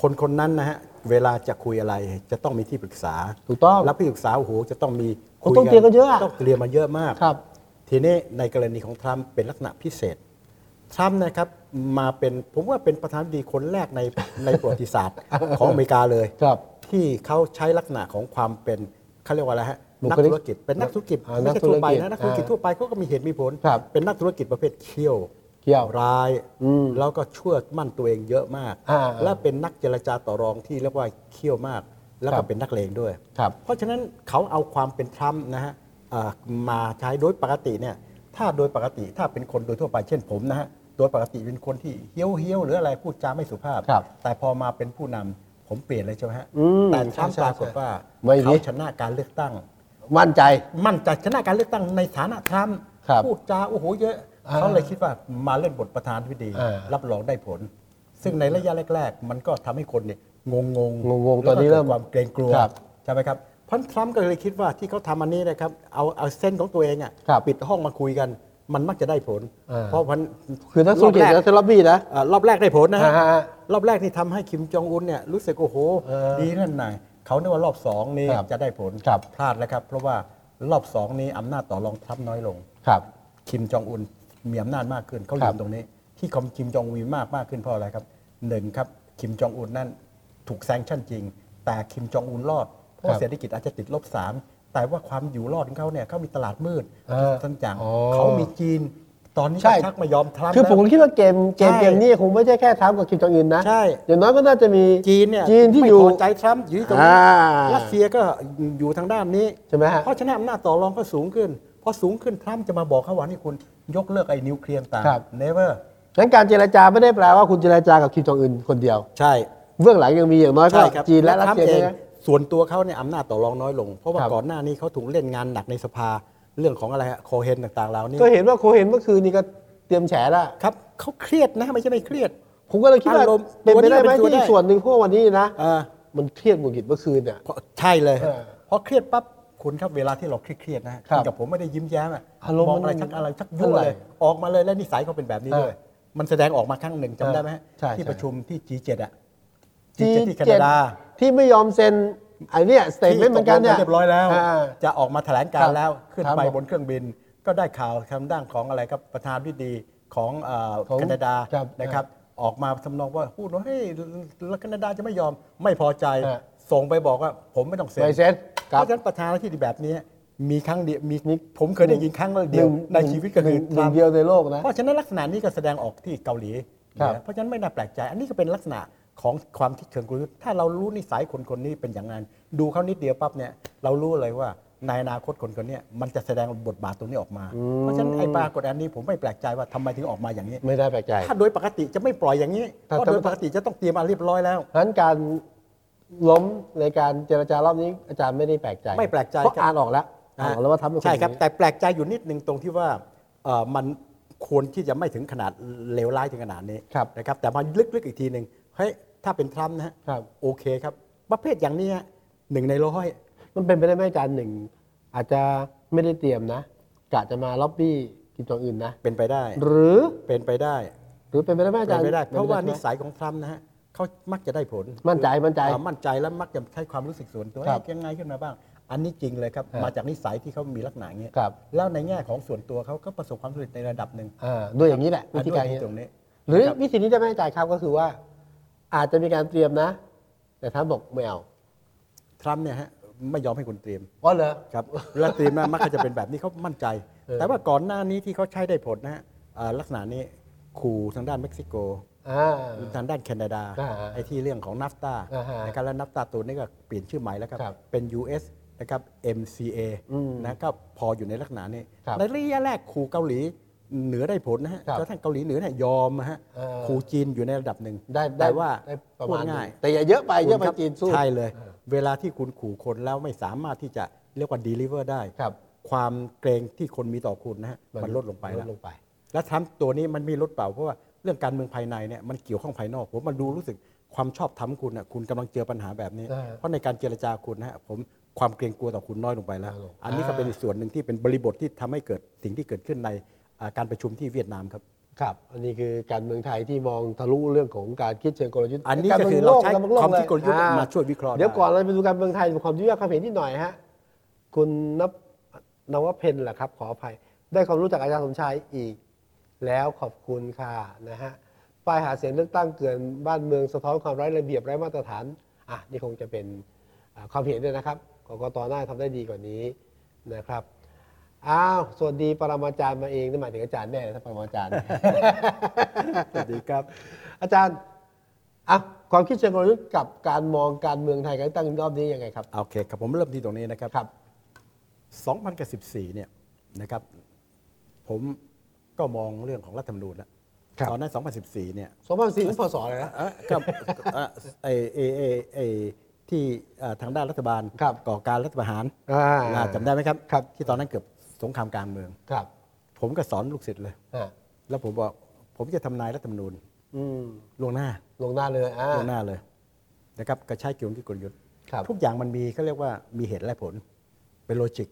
Speaker 2: คนคนนั้นนะฮะเวลาจะคุยอะไรจะต้องมีที่ปรึกษา
Speaker 1: ถูกต้อง
Speaker 2: แล้วที่ปรึกษาโอ้โหจะต้องมี
Speaker 1: โอ้ต้องเตรียมกันเยอะอะ
Speaker 2: ต้องเตรียมมาเยอะมาก
Speaker 1: ครับ
Speaker 2: ทีนี้ในกรณีของทรัมป์เป็นลักษณะพิเศษ ทรัมป์นะครับมาเป็นผมว่าเป็นประธานาธิบดีคนแรกในในประวัติศาสตร์ ของอเมริกาเลย
Speaker 1: ครับ
Speaker 2: ที่เขาใช้ลักษณะของความเป็นเขาเรียกว่าอะไรฮะ
Speaker 1: บุ
Speaker 2: นัก
Speaker 1: คลิก
Speaker 2: ธุรกิจเป็นนักธุรกิจ
Speaker 1: อ่า
Speaker 2: ไม่ใช่ทั่วไปนะ
Speaker 1: นั
Speaker 2: นั
Speaker 1: ก
Speaker 2: ก
Speaker 1: ธุ
Speaker 2: ธุ
Speaker 1: ร
Speaker 2: ร
Speaker 1: กิ
Speaker 2: กิ
Speaker 1: จ
Speaker 2: จทั่วไปเขาก็มีเหตุมีผล
Speaker 1: ครับ
Speaker 2: เป็นนักธุรกิจประเภทเขี้ยว
Speaker 1: เขี้ยว
Speaker 2: ร้าย
Speaker 1: อืม
Speaker 2: แล้วก็เชื่อมั่นตัวเองเยอะมาก
Speaker 1: อ่า
Speaker 2: และเป็นนักเจรจาต่อรองที่เรียกว่าเขี้ยวมาก แล้ว
Speaker 1: ครั
Speaker 2: ก็
Speaker 1: บ
Speaker 2: เป็นนักเลงด้วย
Speaker 1: ครับ
Speaker 2: เพราะฉะนั้นเขาเอาความเป็นทรัมป์นะฮะอ่ามาใช้โดยปกติเนี่ยถ้าโดยปกติถ้าเป็นคนโดยทั่วไปเช่นผมนะฮะโดยปกติเป็นคนที่เฮี้ยวเฮี้ยวๆหรืออะไรพูดจาไม่สุภาพ
Speaker 1: ครับ
Speaker 2: แต่พอมาเป็นผู้นำผมเปลี่ยนเลยใช่ไหมฮะ
Speaker 1: อืม
Speaker 2: แต่ทรัมป์
Speaker 1: ใช่
Speaker 2: ป
Speaker 1: ใช่
Speaker 2: รากฏว่า
Speaker 1: ไม่ดี
Speaker 2: เขาชนะการเลือกตั้ง
Speaker 1: มั่นใจ
Speaker 2: มั่นใจชนะการเลือกตั้งในฐานะทรัมป์
Speaker 1: ครับ
Speaker 2: พูดจาโอ้โหเยอะ
Speaker 1: อ่า
Speaker 2: เขาเลยคิดว่ามาเล่นบทประธานวิดี
Speaker 1: อ่ารั
Speaker 2: รับรองได้ผล ซึ่งในระยะแรก ๆ มันก็ทำให้คนเนี่ยงงง
Speaker 1: งงๆ
Speaker 2: แล้วก็
Speaker 1: ตอนนี้เริ่ม
Speaker 2: กิดความเกรงกลัว
Speaker 1: ครับ
Speaker 2: ใช่ไหมครับเพราะทรัมป์ก็เลยคิดว่าที่เขาทำอันนี้นะครับเอาเอาเส้นของตัวเองอ่ะ
Speaker 1: ครับ
Speaker 2: ปิดห้องมาคุยกัน มันมักจะได้ผล
Speaker 1: อ่า
Speaker 2: เพราะพัน
Speaker 1: คือนักธุรกิจ
Speaker 2: รอบแร
Speaker 1: และธุรกิจนะ
Speaker 2: อ่ารอบแรกได้ผลนะฮะ
Speaker 1: อ่าฮะ
Speaker 2: รอบแรกนี่ทำให้คิมจองอุนเนี่ยรู้สึกโอ้โห
Speaker 1: เออ
Speaker 2: ดีนั่นน่ะเขาเนกว่ารอบสองนี่
Speaker 1: ครับ
Speaker 2: จะได้ผล
Speaker 1: ครับ
Speaker 2: พลาดแล้วครับ เพราะว่ารอบสองนี้อำนาจต่อรองทรัพย์น้อยลง
Speaker 1: ครับ
Speaker 2: คิมจองอุนมีอำนาจมากขึ้นเขา
Speaker 1: ครั
Speaker 2: ลื
Speaker 1: บ
Speaker 2: มตรงนี้ ที่คอมคิมจองอุนมีมากมากขึ้นเพราะอะไรครับหนึ่งครับคิมจองอุนนั่นถูกแซงชั่นจริง แต่คิมจองอุนรอดเพราะ
Speaker 1: ครับ
Speaker 2: เศรษฐกิจอาจจะติดลบสามแต่ว่าความอยู่รอดของเขาเนี่ยเขามีตลาดมืด
Speaker 1: เออ
Speaker 2: ทั้งอย่าง
Speaker 1: อ๋อ
Speaker 2: เขามีจีน ตอนนี้
Speaker 1: ใช่
Speaker 2: ก็ชักมายอมทรัมป์
Speaker 1: คือผม
Speaker 2: แล้ว
Speaker 1: คิดว่าเกมเกม
Speaker 2: ใช่
Speaker 1: เกมนี้คงไม่ใช่แค่ทรัมป์กับคิมจองอึนนะ
Speaker 2: ใช่
Speaker 1: อย่างน้อยก็น่าจะมี
Speaker 2: จีนเนี่ย
Speaker 1: จีนที่
Speaker 2: ไม่
Speaker 1: อยู่
Speaker 2: พอใจทรัมป์อยู่ที่ตรงนี้
Speaker 1: อ่า
Speaker 2: รัสเซียก็อยู่ทางด้านนี้
Speaker 1: ใช่ไหมฮะ
Speaker 2: เพราะฉะนั้นอำนาจต่อรองก็สูงขึ้น พอสูงขึ้นทรัมป์จะมาบอกเขาว่านี่คุณยกเลิกไอ้นิวเคลียร์ต่าง
Speaker 1: ครับ
Speaker 2: never
Speaker 1: งั้นการเจรจาไม่ได้แปลว่าคุณเจรจากับคิมจองอึนคนเดียว
Speaker 2: ใช่
Speaker 1: เบื้องหลังยังมีอย่างน้อยก็
Speaker 2: ใช่ครับ
Speaker 1: จีนและรัส
Speaker 2: ทมป์
Speaker 1: เซีย
Speaker 2: เอ
Speaker 1: ใช่
Speaker 2: ง
Speaker 1: ไหม
Speaker 2: ส่วนตัวเขาเนี่ยอำนาจต่อรองน้อยลง เพราะว่า
Speaker 1: ครับ
Speaker 2: ก่อนหน้านี้เขาถูกเล่นงานหนักในสภาเรื่องของอะไรฮะโคเฮนต่างๆเหล่านี้
Speaker 1: ก็เห็นว่าโคเห็นเมื่อคืนนี้ก็เตรียมแฉละ
Speaker 2: ครับเขาเครียดนะไม่ใช่ไม่เครียด
Speaker 1: ผมก็เลยคิดว่า
Speaker 2: อารมณ์
Speaker 1: เป็นไปได้ไหม
Speaker 2: ตัวนี้เป็นตัวได้
Speaker 1: ที่ส่วนหนึ่งเพราะวันนี้นะ
Speaker 2: อ่า
Speaker 1: มันเครียดหงุดหงิดเมื่อคืนอ่ะ
Speaker 2: เพราะใช่เลย
Speaker 1: เออ
Speaker 2: พอเครียดปั๊บคุณครับเวลาที่เราเครียดๆนะฮะ
Speaker 1: ครับ
Speaker 2: ณกับผมไม่ได้ยิ้มแย้มอะ
Speaker 1: อารมณ์
Speaker 2: องอะไร
Speaker 1: มัน
Speaker 2: ชักอะไรชักยุ่
Speaker 1: อะไร
Speaker 2: เลยออกมาเลยและนิสัยเขาเป็นแบบนี้
Speaker 1: เออ
Speaker 2: ด้วยมันแสดงออกมาครั้งหนึ่งจำได้ไหมฮะ
Speaker 1: ใช่ใช่
Speaker 2: ที่ประชุมที่ G7 อ่ะ G7 ที่แคนาดา
Speaker 1: ที่ไม่ยอมเซ็นไอ้เนี่ยสเตทเมนต์เหมือนกันเนี่ย
Speaker 2: ที่ตลงเรียบร้อยแล้ว
Speaker 1: า
Speaker 2: จะออกมาแถลงการ
Speaker 1: ครับ
Speaker 2: ณ์แล้วขึ้น
Speaker 1: ครับ
Speaker 2: ไป
Speaker 1: ผม
Speaker 2: บนเครื่องบิน ก็ได้ข่าวทางด้านของอะไรครับประธานวิบดีของเอ่อ
Speaker 1: ของ
Speaker 2: แคนาดา
Speaker 1: ครับ
Speaker 2: นะครับ ออกมาทำนองว่าพูดว่าเฮ้ยแล้วแคนาดาจะไม่ยอมไม่พอใจ
Speaker 1: ฮะ
Speaker 2: ส่งไปบอกว่าผมไม่ต้องเซ็น
Speaker 1: ไม่เซ็น
Speaker 2: เพ
Speaker 1: ครั
Speaker 2: ราะ
Speaker 1: บ
Speaker 2: ฉะนั้นประธานที่ดีแบบนี้มีครั้งเดียวมี
Speaker 1: มี
Speaker 2: ผมเคยได้ยินครั้งเดียว
Speaker 1: หง
Speaker 2: ในชีวิตก็คือ
Speaker 1: หนึ่งหนึ่
Speaker 2: ทรั
Speaker 1: ง
Speaker 2: มป์
Speaker 1: เดียวในโลกนะ
Speaker 2: เพราะฉะนั้นลักษณะนี้ก็แสดงออกที่เกาหลี
Speaker 1: ครับ
Speaker 2: นะเพราะฉะนั้นไม่น่าแปลกใจ อันนี้ก็เป็นลักษณะของความคิดเชิงกลยุทธ์ถ้าเรารู้นิสัยคนคนนี้เป็นอย่างนั้น ดูเขานิดเดียวปั๊บเนี่ยเรารู้เลยว่าในอนาคตคนคนเนี้มันจะแสดงบทบาทตรงนี้ออกมา เพราะฉะนั้นไอ้ปรากฏอันนี้ผมไม่แปลกใจว่าทำไมถึงออกมาอย่างนี้
Speaker 1: ไม่ได้แปลกใจ
Speaker 2: ถ้าโดยปกติจะไม่ปล่อยอย่างนี้
Speaker 1: ถ้า
Speaker 2: เพราะโดยปกติจะต้องเตรียมมาเรียบร้อยแล้ว
Speaker 1: เพราะฉะนั้นการล้มในการเจรจารอบนี้อาจารย์ไม่ได้แปลกใจ
Speaker 2: ไม่แปลกใจ
Speaker 1: เพราะ
Speaker 2: ครับ
Speaker 1: อ่านออกแล้วอ่านออกแล้วว่าทำเป็นน
Speaker 2: ใช่ครับ
Speaker 1: อย่างนี้
Speaker 2: แต่แปลกใจอยู่นิดนึงตรงที่ว่าเอ่อมันควรที่จะไม่ถึงขนาดเลวร้ายถึงขนาดนี้
Speaker 1: ครับ
Speaker 2: นะครับแต่มาลึกๆอีกทีหนึ่งเฮ้ยถ้าเป็นทรัมป์นะฮะ
Speaker 1: ครับ
Speaker 2: โอเคครับ ประเภทอย่างนี้ฮะหนึ่งในร้อย
Speaker 1: มันเป็นไปได้ไหมอาจารย์หนึ่งอาจจะไม่ได้เตรียมนะกะจะมาล็อบบี้กิมจองอื่นนะ
Speaker 2: เป็นไปได้
Speaker 1: หรือ
Speaker 2: เป็นไปได้
Speaker 1: หรือเป็นไปได้ไหมอา
Speaker 2: เป็
Speaker 1: จาน รย์
Speaker 2: ไปได้ เพราะว่า
Speaker 1: ป็
Speaker 2: นิ
Speaker 1: ปได้ใช่ไหม
Speaker 2: สัยของทรัมป์นะฮะเขามักจะได้ผล
Speaker 1: มั่นใจมั่นใจ
Speaker 2: ความมั่นใจและมักจะใช้ความรู้สึกส่วนตัว
Speaker 1: ครับ
Speaker 2: เอ๊ะยังไงขึ้นมาบ้าง อันนี้จริงเลยครับ
Speaker 1: ครับ
Speaker 2: มาจากนิสัยที่เขามีลักษณะอย่างเงี้ย
Speaker 1: ครับ
Speaker 2: แล้วในแง่ของส่วนตัวเขาก็ประสบความสำเร็จในระดับหนึ่ง
Speaker 1: อ่าด้วยอย่างนี้แหละวิธีการ
Speaker 2: อั
Speaker 1: อ
Speaker 2: นนี้
Speaker 1: ย่าง
Speaker 2: ตร
Speaker 1: นี้
Speaker 2: งนี้
Speaker 1: หรือวิธีนี้ได้ไหมอาจารย์ครับก็คือว่า อาจจะมีการเตรียมนะ แต่ท่านบอกไม่เอา
Speaker 2: ทรัมป์เนี่ยฮะไม่ยอมให้คนเตรียม
Speaker 1: ว่าเหรอ
Speaker 2: ครับ และเตรียมนะมักจะเป็นแบบนี้เขามั่นใจ
Speaker 1: เออ
Speaker 2: แต่ว่าก่อนหน้านี้ที่เขาใช้ได้ผลนะฮะเอ่อลักษณะนี้ขู่ทางด้านเม็กซิโก
Speaker 1: อ่า
Speaker 2: ทางด้านแคนาดา
Speaker 1: อ่าฮะ
Speaker 2: ไอ้ที่เรื่องของนัฟตา
Speaker 1: อ่าฮะ
Speaker 2: นะครับแล้วนัฟตาตัวนี้ก็เปลี่ยนชื่อใหม่แล้วครับ
Speaker 1: ครับ
Speaker 2: เป็น US นะครับ MCA
Speaker 1: อืม
Speaker 2: นะก็พออยู่ในลักษณะนี้
Speaker 1: ครับ
Speaker 2: ในระยะแรกขู่เกาหลีเหนือได้ผลนะฮะ
Speaker 1: ครับ
Speaker 2: กระทั่งเกาหลีเหนือเนี่ยยอมนะฮะ
Speaker 1: เออ
Speaker 2: ขู่จีนอยู่ในระดับหนึ่ง
Speaker 1: ได้ได้
Speaker 2: แต่ว่า
Speaker 1: ได้ประมาณ
Speaker 2: พูด
Speaker 1: หนึ่
Speaker 2: ง่าย
Speaker 1: งแต่อย่าเยอะไปเยอะไปจีนสู้
Speaker 2: ใช่เลย เวลาที่คุณขู่คนแล้วไม่สามารถที่จะเรียกว่า deliver ได้
Speaker 1: ครับ
Speaker 2: ความเกรงที่คนมีต่อคุณนะฮะ
Speaker 1: มัน
Speaker 2: มันลดลงไป
Speaker 1: ล
Speaker 2: แล้
Speaker 1: ด
Speaker 2: ว
Speaker 1: ลงไป
Speaker 2: และทรัมป์ตัวนี้มันมีลดเปล่าเพราะว่าเรื่องการเมืองภายในเนี่ยมันเกี่ยวข้องภายนอกผมมันดูรู้สึกความชอบธรรมคุณนะคุณกำลังเจอปัญหาแบบนี้
Speaker 1: อ่า
Speaker 2: เพราะในการเจรจาคุณนะฮะผมความเกรงกลัวต่อคุณน้อยลงไปแล้ว
Speaker 1: น้อยลง
Speaker 2: อันนี้ก็
Speaker 1: อ่า
Speaker 2: เป็นอีกส่วนหนึ่งที่เป็นบริบทที่ทำให้เกิดสิ่งที่เกิดขึ้นในอ่าการประชุมที่เวียดนามครับ
Speaker 1: ครับ อันนี้คือการเมืองไทยที่มองทะลุเรื่องของการคิดเชิงกลยุทธ์
Speaker 2: อันนี้
Speaker 1: ก
Speaker 2: ก็
Speaker 1: มื
Speaker 2: คือ
Speaker 1: โล
Speaker 2: เราใช้
Speaker 1: กรมืองโล
Speaker 2: ความคิด
Speaker 1: เ
Speaker 2: กลยุทธ์
Speaker 1: อ่
Speaker 2: มาช่วยวิเคราะห์
Speaker 1: เดี๋ยว
Speaker 2: ได้
Speaker 1: ก่อนเราไปดูการเมืองไทยดูความยุติธรรมความเห็นนิดหน่อยฮะ คุณนบนวเพนแหละครับ ขออภัย ได้ความรู้จากอาจารย์สมชายอีก แล้วขอบคุณค่ะนะฮะป้ายหาเสียงเลือกตั้งเกินบ้านเมืองสะท้อนความไร้ระเบียบไร้มาตรฐานอ่ะนี่คงจะเป็นอ่าความเห็นด้วยนะครับกกตหน้าทำได้ดีกว่านี้นะครับอ้าวสวัสดีปรมาจารย์มาเองนั่นหมายถึงอาจารย์แน่นะถ้าปรมาจารย์
Speaker 2: สวัสดีครับ
Speaker 1: อาจารย์อ่ะความคิดเชิงกลยุทธ์กับการมองการเมืองไทยการเลือกตั้งรอบนี้ยังไงครับ
Speaker 2: โอเคครับผมเริ่มที่ตรงนี้นะครับ
Speaker 1: ครับ
Speaker 2: 2014เนี่ยนะครับผมก็มองเรื่องของรัฐธรรมนูญแล้ว
Speaker 1: ครับ
Speaker 2: ตอนนั้น 2014เนี่ย
Speaker 1: สมบัติสินพศเลยนะ
Speaker 2: เอ่อก็ เอ่อไอเอเอไอที่เอ่อทางด้านรัฐบาล
Speaker 1: ครับ
Speaker 2: ก่อการรัฐประหาร
Speaker 1: อ่า
Speaker 2: อ่าจำได้ไหมครับ
Speaker 1: ครับ
Speaker 2: ที่ตอนนั้นเกือบสงครามกลางเมือง
Speaker 1: ครับ
Speaker 2: ผมก็สอนลูกศิษย์เลย
Speaker 1: อ่า
Speaker 2: แล้วผมบอกผมจะทำนายรัฐธรรมนูญ
Speaker 1: อืม
Speaker 2: ล่วงหน้า
Speaker 1: ลงหน้าเลยอ่า
Speaker 2: ล่วงหน้าเลยนะครับก็ใช้เกี่ยวกับกลยุทธ์
Speaker 1: ครับ
Speaker 2: ทุกอย่างมันมีเขาเรียกว่ามีเหตุและผลเป็นโลจิก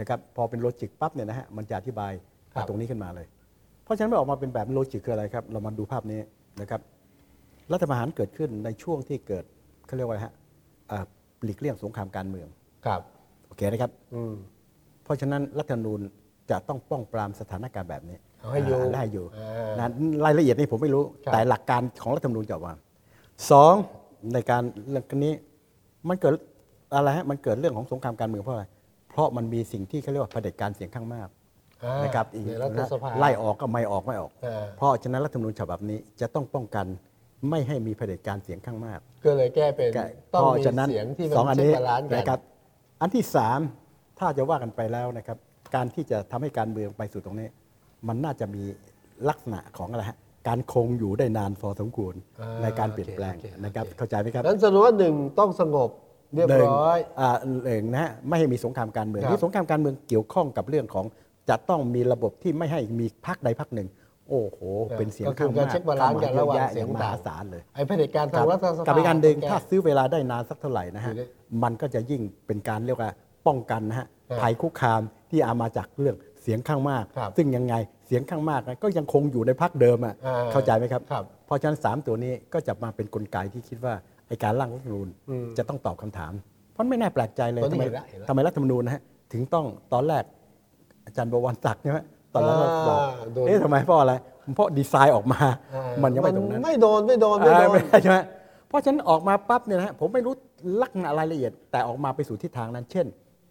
Speaker 2: นะครับพอเป็นโลจิกปั๊บเนี่ยนะฮะมันจะอธิบาย
Speaker 1: ครับ
Speaker 2: ตรงนี้ขึ้นมาเลย เพราะฉะนั้นมันออกมาเป็นแบบโลจิกคืออะไรครับ เรามาดูภาพนี้นะครับ รัฐประหารเกิดขึ้นในช่วงที่เกิดเขาเรียกว่าอะไรฮะอ่าหลีกเลี่ยงสงครามการเมือง
Speaker 1: ครับ
Speaker 2: โอเคนะครับ
Speaker 1: อืม
Speaker 2: เพราะฉะนั้นรัฐธรรมนูญจะต้องป้องปรามสถานการณ์แบบนี้
Speaker 1: เอาให้อยู่
Speaker 2: าให้อยู่
Speaker 1: อ่าน
Speaker 2: นะรายละเอียดนี่ผมไม่รู้
Speaker 1: ครับ
Speaker 2: แต่หลักการของรัฐธรรมนูญจะออกมาสองในการเรื่องนี้มันเกิดอะไรฮะมันเกิดเรื่องของสงครามการเมืองเพราะอะไรเพราะมันมีสิ่งที่เขาเรียกว่าเผด็จการเสียงข้างมาก
Speaker 1: อ่า
Speaker 2: นะครับอีก
Speaker 1: ในรัฐสภา
Speaker 2: ไล่ออกก็ไม่ออกไม่ออก
Speaker 1: อ่า
Speaker 2: เพราะฉะนั้นรัฐธรรมนูญฉบับนี้จะต้องป้องกันไม่ให้มีเผด็จการเสียงข้างมาก
Speaker 1: ก็เลยแก้เป็น
Speaker 2: แก่
Speaker 1: ต้อง
Speaker 2: เพ
Speaker 1: มี
Speaker 2: ราะฉะนั้น
Speaker 1: เสียงที่มัน
Speaker 2: สองอัน
Speaker 1: เช็ค
Speaker 2: นี้
Speaker 1: บาลานซ์กัน
Speaker 2: นะครับอันที่สามถ้าจะว่ากันไปแล้วนะครับ การที่จะทำให้การเมืองไปสู่ตรงนี้ มันน่าจะมีลักษณะของอะไรฮะการคงอยู่ได้นานพอสมควร
Speaker 1: อ่า
Speaker 2: ในการเปลี่ยนแปลง
Speaker 1: โอเคโอเค
Speaker 2: นะครับเข้าใจไหมครับ
Speaker 1: นั้นสรุปว่าหนึ่งต้องสงบเรียบร้อย
Speaker 2: หนึ่งอ่าหนึ่งนะฮะไม่ให้มีสงครามการเมือง
Speaker 1: ครับ
Speaker 2: ที่สงครามการเมืองเกี่ยวข้องกับเรื่องของจะต้องมีระบบที่ไม่ให้มีพรรคใดพรรคหนึ่ง โอ้โห เป็นเสียง
Speaker 1: ก็คือการเช็คบาลานซ์กันระหว่างเสียง
Speaker 2: ม
Speaker 1: ต่าง
Speaker 2: หาศาลเลย
Speaker 1: ไอ้เผด็จการทางรัฐสภา
Speaker 2: กับอีกการหนึ่งถ้าซื้อเวลาได้นานสักเท่าไหร่นะฮะ
Speaker 1: ดูดิ
Speaker 2: มันก็จะยิ่งเป็นการเรียกว่าป้องกันนะฮะ
Speaker 1: ครับ
Speaker 2: ภัยคุกคามที่เอามาจากเรื่องเสียงข้างมาก
Speaker 1: ครับ
Speaker 2: ซึ่งยังไงเสียงข้างมากนะก็ยังคงอยู่ในพักเดิมอ่ะ
Speaker 1: อ่า
Speaker 2: เข้าใจไหมครับ
Speaker 1: ครับ
Speaker 2: เพราะฉะนั้น 3 ตัวนี้ก็จะมาเป็นกลไกที่คิดว่าไอการร่างรัฐธรรมนูญ
Speaker 1: อืม
Speaker 2: จะต้องตอบคำถาม เพราะไม่น่าแปลกใจเลย
Speaker 1: ตอนนี้
Speaker 2: ทำไม
Speaker 1: เห็นละเห็นละ
Speaker 2: ทำไมรัฐธรรมนูญนะฮะถึงต้องตอนแรกอาจารย์บวรศักดิ์ใช่ไหมตอนนั้นเราบอก
Speaker 1: อ่าโดน
Speaker 2: เอ๊ะทำไมเพราะอะไรเพราะดีไซน์ออกมา
Speaker 1: อ่า
Speaker 2: มันยังไม่ตรงนั้น
Speaker 1: ไม่โดนไม่โดนไม่โด
Speaker 2: อ่าน ไม่ได้ใช่ไหมเพราะฉะนันออกมาปั๊บเนี่ยนะฮะผมไม่รู้ลักษณะรายละเอียด แต่ออกมาไปสู่ทิศทางนั้น เช่น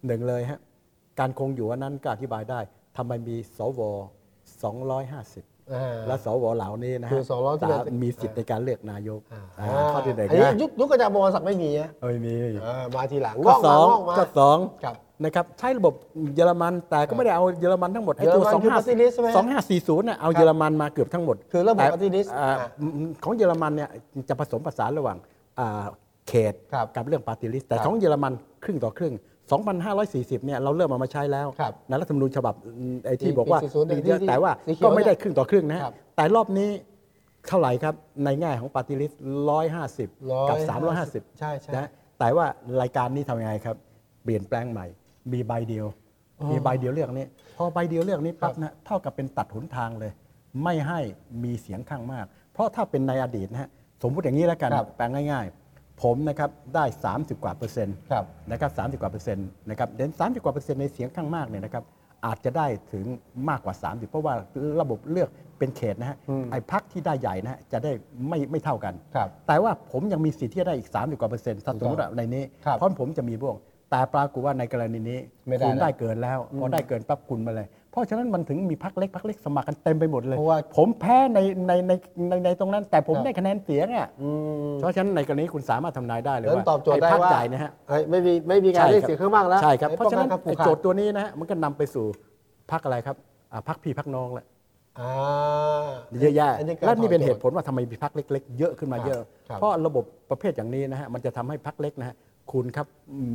Speaker 2: หนึ่งเลยฮะการคงอยู่อันนั้นก็อธิบายได้ทำไมมีสว250
Speaker 1: อ่า
Speaker 2: และสวเหล่านี้นะฮะ
Speaker 1: คือสวที่
Speaker 2: สา
Speaker 1: เรา
Speaker 2: มมีสิทธิ์ในการเลือกนายก
Speaker 1: า
Speaker 2: อ่าข้อที่หนึ่ง
Speaker 1: อันนี้
Speaker 2: นะ
Speaker 1: ยุคยุคกระจาบวรศักดิ์ไม่มีนะ
Speaker 2: เอ้ยมี
Speaker 1: เออมาทีหลัง
Speaker 2: ข้อสอง
Speaker 1: งกมา
Speaker 2: ข้อง ส
Speaker 1: มา
Speaker 2: อง
Speaker 1: ครับ
Speaker 2: นะครับใช้ระบบเยอรมันแต่ก็ไม่ได้เอาเยอรมันทั้งหมดไอ้
Speaker 1: เยอร
Speaker 2: ตัว
Speaker 1: มันคือ party list ใช่ไหมฮะ
Speaker 2: 25 2540น่ะเอาเยอรมันมาเกือบทั้งหมด
Speaker 1: คือระบบ
Speaker 2: แต่
Speaker 1: ปฏิริษี
Speaker 2: อ่าของเยอรมันเนี่ยจะผสมผสานระหว่างอ่าเขต
Speaker 1: ครับ
Speaker 2: กับเรื่องปาร์ติลิสแต่
Speaker 1: ครับ
Speaker 2: ของเยอรมันครึ่งต่อครึ่ง 2,540 เนี่ยเราเริ่มเอามาใช้แล้ว
Speaker 1: ครับ
Speaker 2: ในรัฐธรรมนูญฉบับอืมไอ้ที่
Speaker 1: ปี
Speaker 2: บอกว่า
Speaker 1: ปี40
Speaker 2: มีเยอะ
Speaker 1: ที่ที่
Speaker 2: แต่ว่า
Speaker 1: สีเขียว
Speaker 2: ก็ไม่ได้ครึ่งต่อครึ่งนะฮะ
Speaker 1: ครับ
Speaker 2: แต่รอบนี้เท่าไหร่ครับ ในแง่ของปาร์ติลิส150 กับ 350
Speaker 1: ใช่ใช่
Speaker 2: นะฮะ แต่ว่ารายการนี้ทำยังไงครับ เปลี่ยนแปลงใหม่ มีใบเดียว มีใบเดียวเรื่องนี้ พอใบเดียวเรื่องนี้ปั๊บนะเท่ากับเป็นตัดหนทางเลย ไม่ให้มีเสียงข้างมาก เพราะถ้าเป็นในอดีตนะฮะสมมุติอย่างนี้แล้วกัน
Speaker 1: ครับ
Speaker 2: แปลงง่ายๆ ผมนะครับได้ 30 กว่าเปอร์เซ็นต์
Speaker 1: ครับ
Speaker 2: นะครับสากว่าเปอร์เซ็นต์นะครับเดนสามกว่าเปอร์เซ็นต์ในเสียงข้างมากเนี่ยนะครับอาจจะได้ถึงมากกว่า 30 เพราะว่าระบบเลือกเป็นเขตนะฮะไอ้พักที่ได้ใหญ่นะฮะจะได้ไม่ไม่เท่ากัน
Speaker 1: ครับ
Speaker 2: แต่ว่าผมยังมีสิทธิ์ที่จะได้อีก 30กว่าเปอร์เซ็นต์ถ้าสมมติว่าในนี้
Speaker 1: ครับ
Speaker 2: เพราะผมจะมีบ้วงแต่ปรากฏว่าในกรณีนี้
Speaker 1: ไม่ได้
Speaker 2: คุณ
Speaker 1: แล้ว
Speaker 2: ได้เกินแล้วพอได้เกินปั๊บคุณมาเลย เพราะฉะนั้นมันถึงมีพักเล็กพักเล็กสมัครกันเต็มไปหมดเลย
Speaker 1: เพราะว่า
Speaker 2: ผมแพ้ในในในในในตรงนั้น แต่ผม
Speaker 1: ครับ
Speaker 2: ได้คะแนนเสียงอ่ะ
Speaker 1: อืม
Speaker 2: เพราะฉะนั้นในกรณีคุณสามารถทำนายได้เลย
Speaker 1: เริ่ม
Speaker 2: ว่า
Speaker 1: ตอบโจทย์ได้
Speaker 2: อ้พั
Speaker 1: ว่า
Speaker 2: ใหญ่นะฮะ
Speaker 1: เอ้ยไม่มีไม่มีการเรียก
Speaker 2: ใช่
Speaker 1: เสียงเครื่องมากแล้ว
Speaker 2: ใช่ครับ
Speaker 1: ไอ้
Speaker 2: เพราะฉะนั้น
Speaker 1: ป้องกัผูก
Speaker 2: ไอ้
Speaker 1: ขาด
Speaker 2: โจทย์ตัวนี้นะฮะมันก็นำไปสู่พักอะไรครับอ่าพักพี่พักน้องแหละ
Speaker 1: อ่า
Speaker 2: เยอะแยะ
Speaker 1: นนี้การ
Speaker 2: และนี่เป็น
Speaker 1: ตอบโจทย์
Speaker 2: เหตุผลว่าทำไมมีพักเล็ก ๆ เยอะขึ้นมาเยอะ
Speaker 1: ครับ
Speaker 2: เพราะระบบประเภทอย่างนี้นะฮะมันจะทำให้พักเล็กนะฮะคุณครับ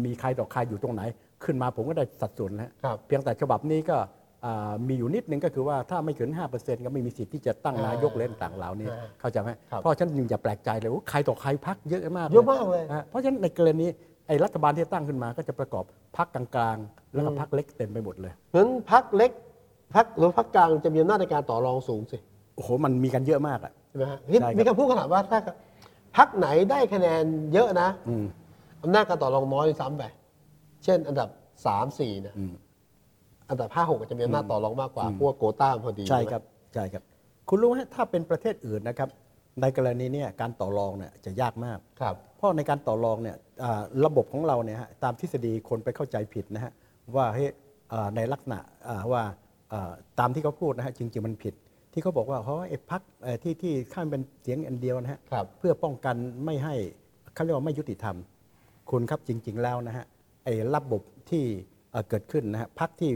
Speaker 2: มีใครต่อใครอยู่ตรงไหน ขึ้นมาผมก็ได้สัดส่วนนะฮะ
Speaker 1: ครับ
Speaker 2: เพียงแต่ฉบับนี้ก็อ่ามีอยู่นิดนึงก็คือว่าถ้าไม่เกิน 5%ก็ไม่มีสิทธิ์ที่จะตั้ง
Speaker 1: อ่าน
Speaker 2: นายกเล่นต่างเหล่านี้
Speaker 1: อ่า
Speaker 2: เข้าใจไหม
Speaker 1: ครับ
Speaker 2: เพราะฉะนันอย่าแปลกใจเลยว่าใครต่อใครพักเยอะมาก
Speaker 1: เยอะมากเลย
Speaker 2: นะฮะเพราะฉะนั้นในกรณีไอ้รัฐบาลที่ตั้งขึ้นมาก็จะประกอบพักกลางๆ แล้วก็พักเล็กเต็มไปหมดเลย
Speaker 1: งั้นพักเล็กพักหรือพักกลางจะมีอำนาจในการต่อรองสูงสิ
Speaker 2: โอ้โหมันมีกันเยอะมากอะ
Speaker 1: ใช่ไหมฮะนี่
Speaker 2: ใช่ครับ
Speaker 1: มีคำพูดขนาดว่าถ้าพักไหนได้คะแนนเยอะนะ
Speaker 2: อืม
Speaker 1: อำนาจการต่อรองน้อยซ้ำไปเช่น อันดับสามสี่เนี่ย
Speaker 2: อืม
Speaker 1: อันดับห้าหกจะมีอำนาจต่อรองมากกว่าเพราะวกโกต้ามันพอดี
Speaker 2: ใช่
Speaker 1: ไหม
Speaker 2: ครับใช่ครับ คุณรู้ไหมถ้าเป็นประเทศอื่นนะครับในกรณีเนี่ยการต่อรองเนี่ยจะยากมาก
Speaker 1: ครับ
Speaker 2: เพราะในการต่อรองเนี่ยอ่าระบบของเราเนี่ยฮะตามทฤษฎีคนไปเข้าใจผิดนะฮะว่าเฮ้ยอ่าในลักษณะอ่าว่าอ่าตามที่เขาพูดนะฮะจริงๆมันผิด ที่เขาบอกว่าเพราะไอ้พักที่ที่ข้ามเป็นเสียงอันเดียวนะฮะ
Speaker 1: ครับ
Speaker 2: เพื่อป้องกันไม่ให้เขาเรียกว่าไม่ยุติธรรม คุณครับจริง ๆ แล้วนะฮะไอ้ระบบที่เอ่อเกิดขึ้นนะฮะพักที่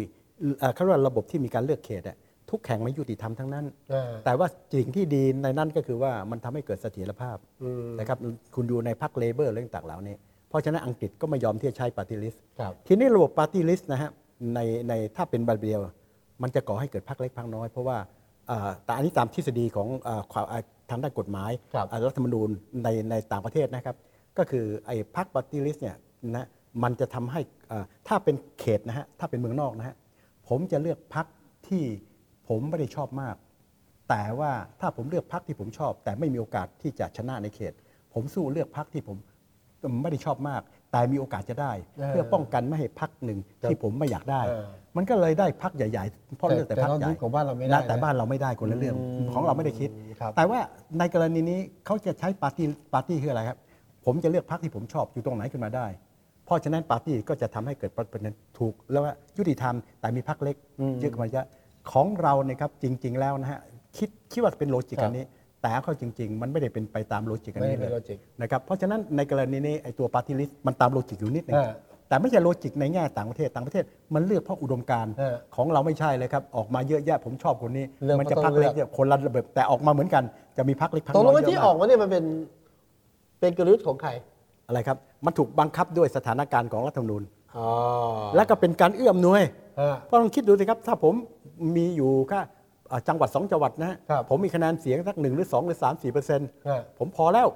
Speaker 2: เอ่อเขาเรียกว่าระบบที่มีการเลือกเขตอะทุกแข่งไม่ยุติธรรมทั้งนั้น
Speaker 1: อ่า
Speaker 2: แต่ว่าสิ่งที่ดีในนั้นก็คือว่ามันทำให้เกิดเสถียรภาพ
Speaker 1: อืม
Speaker 2: นะครับคุณดูในพักเลเบอร์เรื่องต่างๆเหล่านี้ เพราะฉะนั้นอังกฤษก็ไม่ยอมที่จะใช้ปาร์ตี้ลิส
Speaker 1: ครับ
Speaker 2: ทีนี้ระบบปาร์ตี้ลิสต์นะฮะในในถ้าเป็นบัตรเดียว มันจะก่อให้เกิดพรรคเล็กพรรคน้อย เพราะว่าอ่าแต่อันนี้ตามทฤษฎีของอ่าความอ่าทางด้านกฎหมาย
Speaker 1: ครับ
Speaker 2: อ่ารัฐธรรมนูญในในต่างประเทศนะครับ ก็คือไอ้พรรคปาร์ตี้ลิสต์เนี่ยนะมันจะทำให้อ่าถ้าเป็นเขตนะฮะถ้าเป็นเมืองนอกนะฮะผมจะเลือกพรรคที่ผมไม่ได้ชอบมาก แต่ว่าถ้าผมเลือกพรรคที่ผมชอบ แต่ไม่มีโอกาสที่จะชนะในเขต ผมสู้เลือกพรรคที่ผมไม่ได้ชอบมาก แต่มีโอกาสจะได้
Speaker 1: เออ
Speaker 2: เพื่อป้อง กันไม่ให้พักหนึ่งที่ผมไม่อยากได้
Speaker 1: เออ
Speaker 2: มันก็เลยได้พักใหญ่ๆ เพราะ
Speaker 1: แต่
Speaker 2: เรื่องแต่พัก
Speaker 1: แต่
Speaker 2: ให
Speaker 1: เรา
Speaker 2: ญ่
Speaker 1: ยึดของบ้านเราไม่ได้
Speaker 2: ะแต่บ้านเราไม่ได้คนละเรื่อง
Speaker 1: อืม
Speaker 2: ของเราไม่ได้คิด
Speaker 1: ครับ
Speaker 2: แต่ว่าในกรณีนี้เขาจะใช้ปาร์ตี้ปาร์ตี้คืออะไรครับ ผมจะเลือกพักที่ผมชอบอยู่ตรงไหนขึ้นมาได้ เพราะฉะนั้นปาร์ตี้ก็จะทำให้เกิดประเด็นถูก แล้วว่ายุติธรรมแต่มีพักเล็กเยอะขึ้นมาเยอะของเราเนี่ยครับจริง ๆ แล้วนะฮะคิดคิดว่าเป็นโลจิกอันนี้ แต่เอาเข้าจริง ๆ มันไม่ได้เป็นไปตามโลจิกอันนี้
Speaker 1: ไม่
Speaker 2: เล
Speaker 1: ได้เป็
Speaker 2: ย
Speaker 1: นโลจิก
Speaker 2: นะครับเพราะฉะนั้นในกรณีนี้ไอตัวปาร์ตี้ลิสต์มันตามโลจิกอยู่นิดหนึง
Speaker 1: อ่า
Speaker 2: แต่ไม่ใช่โลจิกในแง่ต่างประเทศต่างประเทศ มันเลือกเพราะอุดมการณ์
Speaker 1: เออ
Speaker 2: ของเราไม่ใช่เลยครับ ออกมาเยอะแยะผมชอบคนนี้
Speaker 1: เลือก
Speaker 2: มัจะ
Speaker 1: เพราะ
Speaker 2: พัก
Speaker 1: ต้องเลื
Speaker 2: เล็
Speaker 1: อก ก
Speaker 2: เนี่ยคนละระเบบแต่ออกมาเหมือนกันจะมีพักเล็กพัก
Speaker 1: ต
Speaker 2: น้
Speaker 1: กลง
Speaker 2: อย
Speaker 1: ไอ้
Speaker 2: เย
Speaker 1: ที่
Speaker 2: อะ
Speaker 1: ออ
Speaker 2: มาก
Speaker 1: กมาเนี่ยมันเป็น เป็นกลยุทธ์ของใคร
Speaker 2: อะไรครับ มันถูกบังคับด้วยสถานการณ์ของรัฐธรรมนูญ
Speaker 1: อ๋อ
Speaker 2: และก็เป็นการเอื้ออำนวย
Speaker 1: อ่า
Speaker 2: เพราะลองคิดดูสิครับ ถ้าผมมีอยู่ก็ อ่าจังหวัดสองจังหวัดนะฮะ
Speaker 1: ครับ
Speaker 2: ผมมีคะแนนเสียงสักหนึ่งหรือสองหรือสามสี่เปอร์เซ็นต์
Speaker 1: ฮะ
Speaker 2: ผมพอแล้ว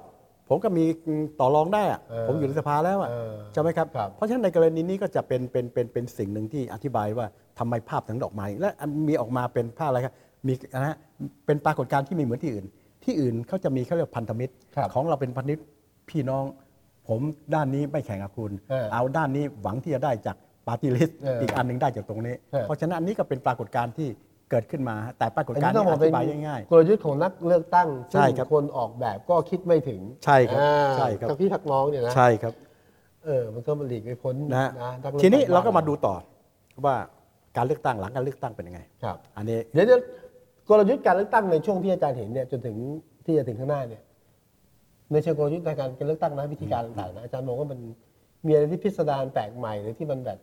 Speaker 2: ผมก็มีต่อรองได้อะ
Speaker 1: เออ
Speaker 2: ผมอยู่ในสภาแล้วอะ
Speaker 1: เออ
Speaker 2: ใช่ไหมครับ
Speaker 1: ครับ
Speaker 2: เพราะฉะนั้นในกรณีนี้ก็จะเป็นเป็นเป็นเป็นสิ่งหนึ่งที่อธิบายว่าทำไมภาพถึงออกมาอย่างนี้และมีออกมาเป็นภาพอะไรครับมีนะฮะเป็นปรากฏการณ์ที่ไม่เหมือนที่อื่น ที่อื่นเขาจะมีเขาเรียกพันธมิตร
Speaker 1: ครับ
Speaker 2: ของเราเป็นพันธมิตรพี่น้อง ผมด้านนี้ไม่แข่งกับคุณ
Speaker 1: เออ
Speaker 2: เอาด้านนี้หวังที่จะได้จากปาร์ตี้ลิสต์
Speaker 1: เอออี
Speaker 2: อีกอันหนึงได้จากตรงนี้
Speaker 1: เออ
Speaker 2: เพราะฉะนั้นอันนี้ก็เป็นปรากฏการณ์ที่เกิดขึ้นมาฮะแต่ปรากฏ
Speaker 1: อัน
Speaker 2: การ
Speaker 1: นี้
Speaker 2: ณ์
Speaker 1: ต้อง
Speaker 2: นี้
Speaker 1: บอ
Speaker 2: อก
Speaker 1: เป็
Speaker 2: ธิ
Speaker 1: น
Speaker 2: บายง่าย
Speaker 1: กลยุทธ์ของนักเลือกตั้ง
Speaker 2: ใช่
Speaker 1: ซึ่ง
Speaker 2: ครับ
Speaker 1: คนออกแบบก็คิดไม่ถึง
Speaker 2: ใช่ครับ
Speaker 1: อ่า
Speaker 2: ใช่ครับ
Speaker 1: กับพี่ทักน้องเนี่ยนะ
Speaker 2: ใช่ครับ
Speaker 1: เออมันก็มันหลีกไม่พ้น
Speaker 2: นะฮะ
Speaker 1: กลือกตั้ง
Speaker 2: ทีนี้เราก็มาดูต่อว่าการเลือกตั้งหลังการเลือกตั้งเป็นยังไง
Speaker 1: ครับ
Speaker 2: อันนี้
Speaker 1: เดี๋ยวจะกลยุทธ์การเลือกตั้งในช่วงที่อาจารย์เห็นเนี่ยจนถึงที่จะถึงข้างหน้าเนี่ยในเชิงกลยุทธ์ในการการเลือกตั้งนะวิธีการต่างๆนะอาจารย์มองว่ามันมีอะไรที่พิสดารแปลกใหม่หรือที่มันแบบ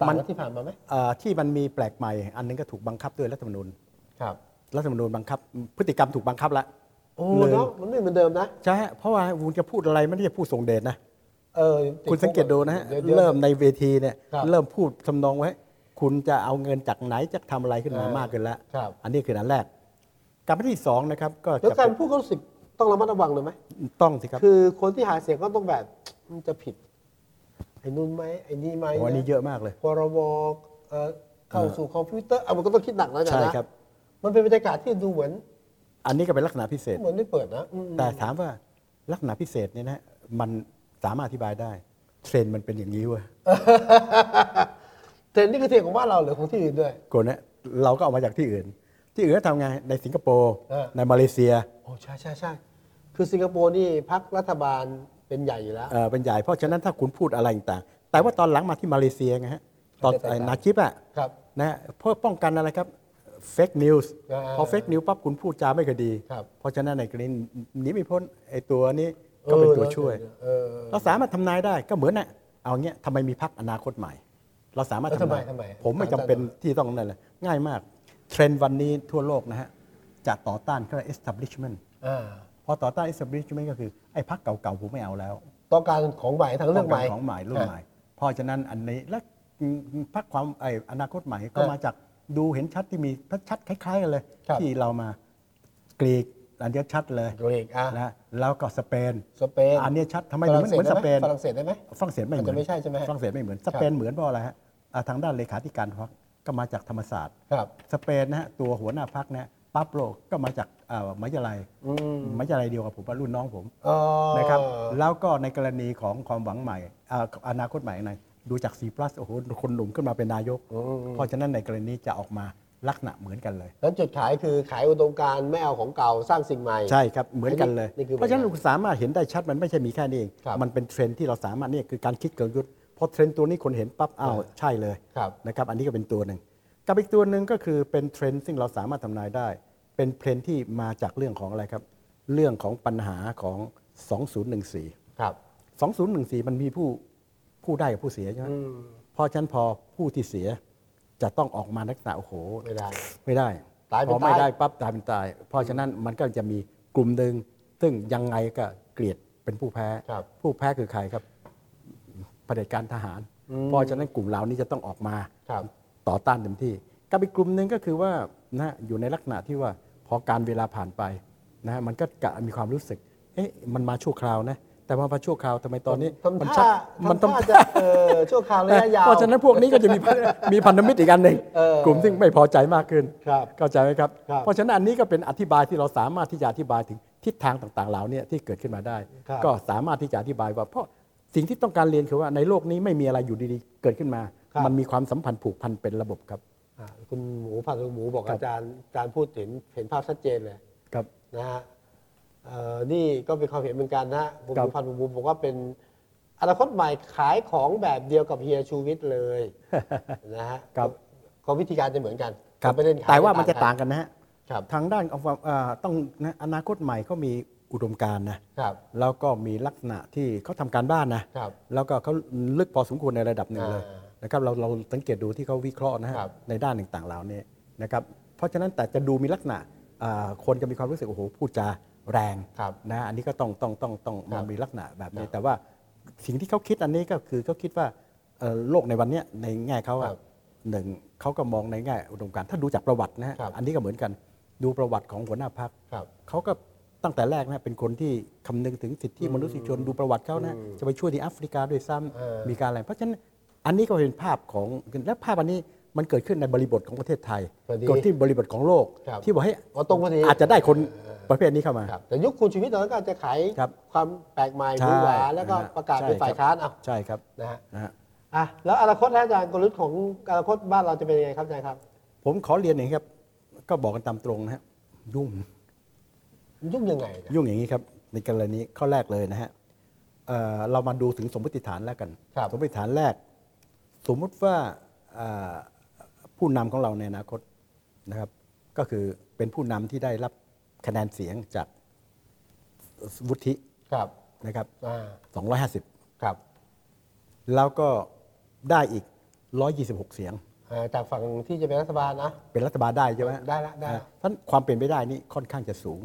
Speaker 1: ต่างกับที่ผ่านมาไหม
Speaker 2: เอ่อที่มันมีแปลกใหม่ อันหนึงก็ถูกบังคับด้วยรัฐธรรมนูญ
Speaker 1: ครับ
Speaker 2: รัฐธรรมนูญบังคับ พฤติกรรมถูกบังคับละ
Speaker 1: โอ้
Speaker 2: หนึ่ง
Speaker 1: เนาะมันไม่เหมือนเดิมนะ
Speaker 2: ใช่ฮะเพราะว่าคุณจะพูดอะไรไม่ได้จะพูดส่งเดชนะ
Speaker 1: เออ
Speaker 2: คุณสังเกตดูนะฮะ
Speaker 1: ดี๋ยวดี๋ยว
Speaker 2: เริ่มในเวทีเนี่ย
Speaker 1: ครับ
Speaker 2: เริ่มพูดทำนองไว้ คุณจะเอาเงินจากไหนจะทำอะไรขึ้นมา
Speaker 1: เออ
Speaker 2: มากขึ้นแล้ว
Speaker 1: ครับ
Speaker 2: อันนี้คืออันแรกการที่สองนะครับก็
Speaker 1: แล้ว
Speaker 2: จะ
Speaker 1: การ
Speaker 2: เป็น
Speaker 1: พูดก็รู้สึกต้องระมัดระวังเลยไหม
Speaker 2: ต้องสิครับ
Speaker 1: คือคนที่หาเสียงก็ต้องแบบมันจะผิดไอ้นู่นไหมไอ้นี่ไหม
Speaker 2: โอ้โหอันนี้เยอะมากเลย
Speaker 1: พรบเอ่อเข้าสู่คอมพิวเตอร์เอามันก็ต้องคิดหนักแล้วนะ
Speaker 2: ใช่ครับ
Speaker 1: มันเป็นบรรยากาศที่ดูเหมือน
Speaker 2: อันนี้ก็เป็นลักษณะพิเศษ
Speaker 1: เหมือนไม่เปิดนะอืม
Speaker 2: แต่ถามว่าลักษณะพิเศษเนี่ยนะมันสามารถอธิบายได้เทรนด์มันเป็นอย่างนี้เว้ย
Speaker 1: เทรนด์นี่คือเทรนด์ของบ้านเราหรือของที่อื่นด้วย
Speaker 2: โกนนะเราก็เอามาจากที่อื่น ที่อื่นก็ทำไงในสิงคโปร์
Speaker 1: เออ
Speaker 2: ในมาเลเซีย
Speaker 1: โอ้ใช่ใช่ใช่คือสิงคโปร์นี่พักรัฐบาลเป็นใหญ่อยู่แล้ว
Speaker 2: เอ่อเป็นใหญ่เพราะฉะนั้นถ้าคุณพูดอะไรต่างๆแต่ว่าตอนหลังมาที่มาเลเซียไงฮะตอน
Speaker 1: ไม่ได้แตกต่าง
Speaker 2: ไอ้นาจิบอ่ะ
Speaker 1: ครับ
Speaker 2: นะฮะเพื่อป้องกันอะไรครับเฟกนิวส์
Speaker 1: อ่า
Speaker 2: พอเฟกนิวส์ปั๊บคุณพูดจาไม่คอยดี
Speaker 1: ครับ
Speaker 2: เพราะฉะนั้นในกรณีหนี้ไม่พ้นไอ้ตัวนี้ก็เป็น
Speaker 1: เออ
Speaker 2: ตัวช่วย
Speaker 1: เออเออ
Speaker 2: เราสามารถทำนายได้ก็เหมือนน่ะเอาเงี้ยทำไมมีพักอนาคตใหม่ เราสามารถ
Speaker 1: เออ
Speaker 2: ทำนาย
Speaker 1: ทำไมทำไม
Speaker 2: ผมไม่จำเป็น
Speaker 1: ถามอาจารย์หน่อย
Speaker 2: ที่ต้องนั่นเลยง่ายมาก เทรนด์วันนี้ทั่วโลกนะฮะจะต่อต้านเขาเรียก establishment
Speaker 1: า
Speaker 2: พอต่อต้าน establishment ก็คือไอ้พักเก่าๆผมไม่เอาแล้ว
Speaker 1: ต้องการของใหม่ทางเลือกใหม่
Speaker 2: ต้งารของใหม่รุ่นใหม่เพราะฉะนั้นอันนี้และพักความไออนาคตใหม่ก็
Speaker 1: เออ
Speaker 2: มาจากดูเห็นชัดที่มีชัดคล้าย ๆ กันเลย
Speaker 1: ครับ
Speaker 2: ที่เรามากรีกอันเนี้ยชัดเลย
Speaker 1: กรีกอ่ะ
Speaker 2: นะแล้วก็สเปน
Speaker 1: สเปน
Speaker 2: อันเนี้ยชัดทำไมถึงไม่เหมือนส
Speaker 1: ฝ
Speaker 2: เป
Speaker 1: รั่งศส
Speaker 2: น
Speaker 1: ได้ไหมฝรั่งเศสได้ไหม
Speaker 2: ฝรั่งเศสไม่เหมือ
Speaker 1: อาจจะ
Speaker 2: น
Speaker 1: ไม่ใช่ใช่ไหมฮะ
Speaker 2: ฝรั่งเศสไม่เหมือน
Speaker 1: ครั
Speaker 2: ส
Speaker 1: บ
Speaker 2: เปนเหมือนเพราะอะไรฮะอ่าทางด้านเลขาธิการพรรคก็มาจากธรรมศาสตร์
Speaker 1: ครับ
Speaker 2: สเปนนะฮะตัวหัวหน้าพรรคนะปาโปโลก็มาจากอ่ามหาวิทยาลัยมหาวิทยาลัยเดียวกับผมว่ารุ่นน้องผม
Speaker 1: เออ
Speaker 2: นะครับแล้วก็ในกรณีของความหวังใหม่เอ่ออนาคตใหม่ในดูจาก C+ โอ้โหคนหนุ่มขึ้นมาเป็นนายก
Speaker 1: อืม
Speaker 2: เพราะฉะนั้นในกรณีจะออกมาลักษณะเหมือนกันเลย
Speaker 1: นั้นจุดขายคือขายอุดมการณ์ไม่เอาของเก่าสร้างสิ่งใหม่
Speaker 2: ใช่ครับ เหมือนกันเลย
Speaker 1: นี่คือ
Speaker 2: เพราะฉะนั้นเราสามารถเห็นได้ชัดมันไม่ใช่มีแค่นี้เอง
Speaker 1: ครับ
Speaker 2: มันเป็นเทรนด์ที่เราสามารถเนี่ยคือการคิดกลยุทธ์พอเทรนด์ตัวนี้คนเห็นปั๊บอ้าวใช่เลย
Speaker 1: ครับ
Speaker 2: นะครับอันนี้ก็เป็นตัวหนึ่งกับอีกตัวหนึ่งก็คือเป็นเทรนด์ซึ่งเราสามารถทำนายได้ เป็นเทรนด์ที่มาจากเรื่องของอะไรครับ เรื่องของปัญหาของ 2014
Speaker 1: ครับ
Speaker 2: 2014 มันมีผู้ผู้ได้กับผู้เสียใช่ไหมเพราะฉะนั้นพอผู้ที่เสียจะต้องออกมาลักษณะโอ้โห
Speaker 1: ไม่ได้
Speaker 2: ไม่ได้
Speaker 1: ตายเป็น
Speaker 2: พอไม่
Speaker 1: ตาย
Speaker 2: ได้ปั๊บตายเป็นตาย เพราะฉะนั้นมันก็จะมีกลุ่มหนึ่งซึ่งยังไงก็เกลียดเป็นผู้แพ้
Speaker 1: ครับ
Speaker 2: ผู้แพ้คือใครครับเผด็จการทหาร เพราะฉะนั้นกลุ่มเหล่านี้จะต้องออกมา
Speaker 1: ครับ
Speaker 2: ต่อต้านเต็มที่กับอีกกลุ่มหนึ่งก็คือว่านะฮะอยู่ในลักษณะที่ว่าพอการเวลาผ่านไปนะฮะมันก็กะมีความรู้สึก เอ๊ะมันมาชั่วคราวนะ แต่พอมาชั่วคราวทำไมตอนนี้
Speaker 1: ทำ
Speaker 2: มั
Speaker 1: ท่า
Speaker 2: มันต้อง
Speaker 1: ทำท่าจะเออชั่วคราวระยะยาว
Speaker 2: เพราะฉะนั้นพวกนี้ก็จะมีพัน มีพันธมิตรอีกอันหนึ่ง
Speaker 1: เออก
Speaker 2: ลุ่มที่ไม่พอใจมากขึ้น
Speaker 1: ครับ
Speaker 2: เข้าใจไหมครับ
Speaker 1: ครับ
Speaker 2: เพราะฉะนั้นอันนี้ก็เป็นอธิบายที่เราสามารถที่จะอธิบายถึงทิศทางต่างๆเหล่าเนี้ที่เกิดขึ้นมาได้
Speaker 1: ครับ
Speaker 2: ก็สามารถที่จะอธิบายว่าเพราะสิ่งที่ต้องการเรียนคือว่าในโลกนี้ไม่มีอะไรอยู่ดีๆเกิดขึ้นมา มันมีความสัมพันธ์ผูกพันเป็นระบบครับ
Speaker 1: อ่าคุณหมูผัดหมูบอกอาจารย์อาจารย์พูดเห็นเห็นภาพชัดเจนเลย
Speaker 2: ครับ
Speaker 1: นะฮะเอ่อนี่ก็เป็นความเห็นเหมือนกันนะฮะบุญ
Speaker 2: ครับ
Speaker 1: พันธ์บุญบุญบอกว่าเป็นอนาคตใหม่ขายของแบบเดียวกับเฮียชูวิทย์ เลยนะฮะ
Speaker 2: ครับ
Speaker 1: ก็วิธีการจะเหมือนกัน
Speaker 2: ครับ
Speaker 1: ก็ไม่เล่นขย
Speaker 2: แต่ว่ามัน
Speaker 1: กั
Speaker 2: จะต่างกันนะฮะ
Speaker 1: ครับ
Speaker 2: ทางด้านของความเอ่อต้องนะอนาคตใหม่เขามีอุดมการณ์นะ
Speaker 1: ครับ
Speaker 2: แล้วก็มีลักษณะที่เขาทำการบ้านนะครับแล้วก็เขาลึกพอสมควรในระดับหนึ่งเลย
Speaker 1: อ่า
Speaker 2: นะครับเราเราสังเกตดูที่เขาวิเคราะห์นะฮะ
Speaker 1: ครับ
Speaker 2: ในด้านต่างๆเหล่านี้นะครับเพราะฉะนั้นแต่จะดูมีลักษณะอ่าคนจะมีความรู้สึกโอ้โหพูดจาแรง
Speaker 1: ครับ
Speaker 2: นะอันนี้ก็ต้องต้องต้องต้อง
Speaker 1: ครั
Speaker 2: มั
Speaker 1: บ
Speaker 2: นมีลักษณะแบบนี้ แต่ว่าสิ่งที่เขาคิดอันนี้ก็คือเขาคิดว่าเอ่อโลกในวันเนี้ยในแง่เขา
Speaker 1: ค
Speaker 2: อะ
Speaker 1: รับ
Speaker 2: หนึ่งเขาก็มองในแง่อุดมการณ์ถ้าดูจากประวัตินะฮะ
Speaker 1: ครับ
Speaker 2: อันนี้ก็เหมือนกันดูประวัติของหัวหน้าพัก
Speaker 1: ครับ
Speaker 2: เขาก็ตั้งแต่แรกนะเป็นคนที่คำนึงถึงสิทธิมนุษยชนดูประวัติเขานะจะไปช่วยในแอฟริกาด้วยซ้
Speaker 1: เออ
Speaker 2: ำมีการอะไรเพราะฉะนั้นอันนี้ก็เป็นภาพของและภาพอันนี้มันเกิดขึ้นในบริบทของประเทศไทยเกิดที่บริบทของโลก
Speaker 1: ครับ
Speaker 2: ที่บอกให้
Speaker 1: อ๋อตรงพอดี
Speaker 2: อาจจะได้คน
Speaker 1: เออ
Speaker 2: ประเภทนี้เข้ามา
Speaker 1: ครับแต่ยุคคุณชูวิทย์ตอนนั้นก็อาจจะขาย
Speaker 2: ครับ
Speaker 1: ความแปลกใหม่ห
Speaker 2: ใช่
Speaker 1: วือหวาแล้วก็
Speaker 2: นะฮะ
Speaker 1: ประกาศ
Speaker 2: ใช่
Speaker 1: เป็นฝ่าย
Speaker 2: ครับ
Speaker 1: ค้านเอา
Speaker 2: ใช่ครับ
Speaker 1: นะฮะ
Speaker 2: นะฮะ
Speaker 1: อ่ะแล้วอนาคตท่านอาจารย์กลยุทธ์ของอนาคตบ้านเราจะเป็นยังไงครับอาจารย์ครับ
Speaker 2: ผมขอเรียนอย่างนี้ครับ ก็บอกกันตามตรงนะฮะยุ่ง
Speaker 1: ยุ่งยังไงเนี่ย
Speaker 2: ยุ่งอย่างนี้ครับ ในกรณีข้อแรกเลยนะฮะเอ่อเรามาดูถึงสมมติฐานแรกกัน
Speaker 1: ครับ
Speaker 2: สมมติฐานแรก สมมุติว่าเอ่อผู้นำของเราในอนาคตนะครับ ก็คือเป็นผู้นำที่ได้รับคะแนนเสียงจากวุฒิ
Speaker 1: ครับ
Speaker 2: นะครับ
Speaker 1: อ่า
Speaker 2: 250
Speaker 1: ครับ
Speaker 2: แล้วก็ได้อีก 126 เสียง
Speaker 1: อ่าจากฝั่งที่จะเป็นรัฐบาลนะ
Speaker 2: เป็นรัฐบาลได้ใช่ไหม
Speaker 1: ได้ละได้ละ
Speaker 2: อ่าเพราะฉะนั้นความเป็นไปได้นี่ค่อนข้างจะสูง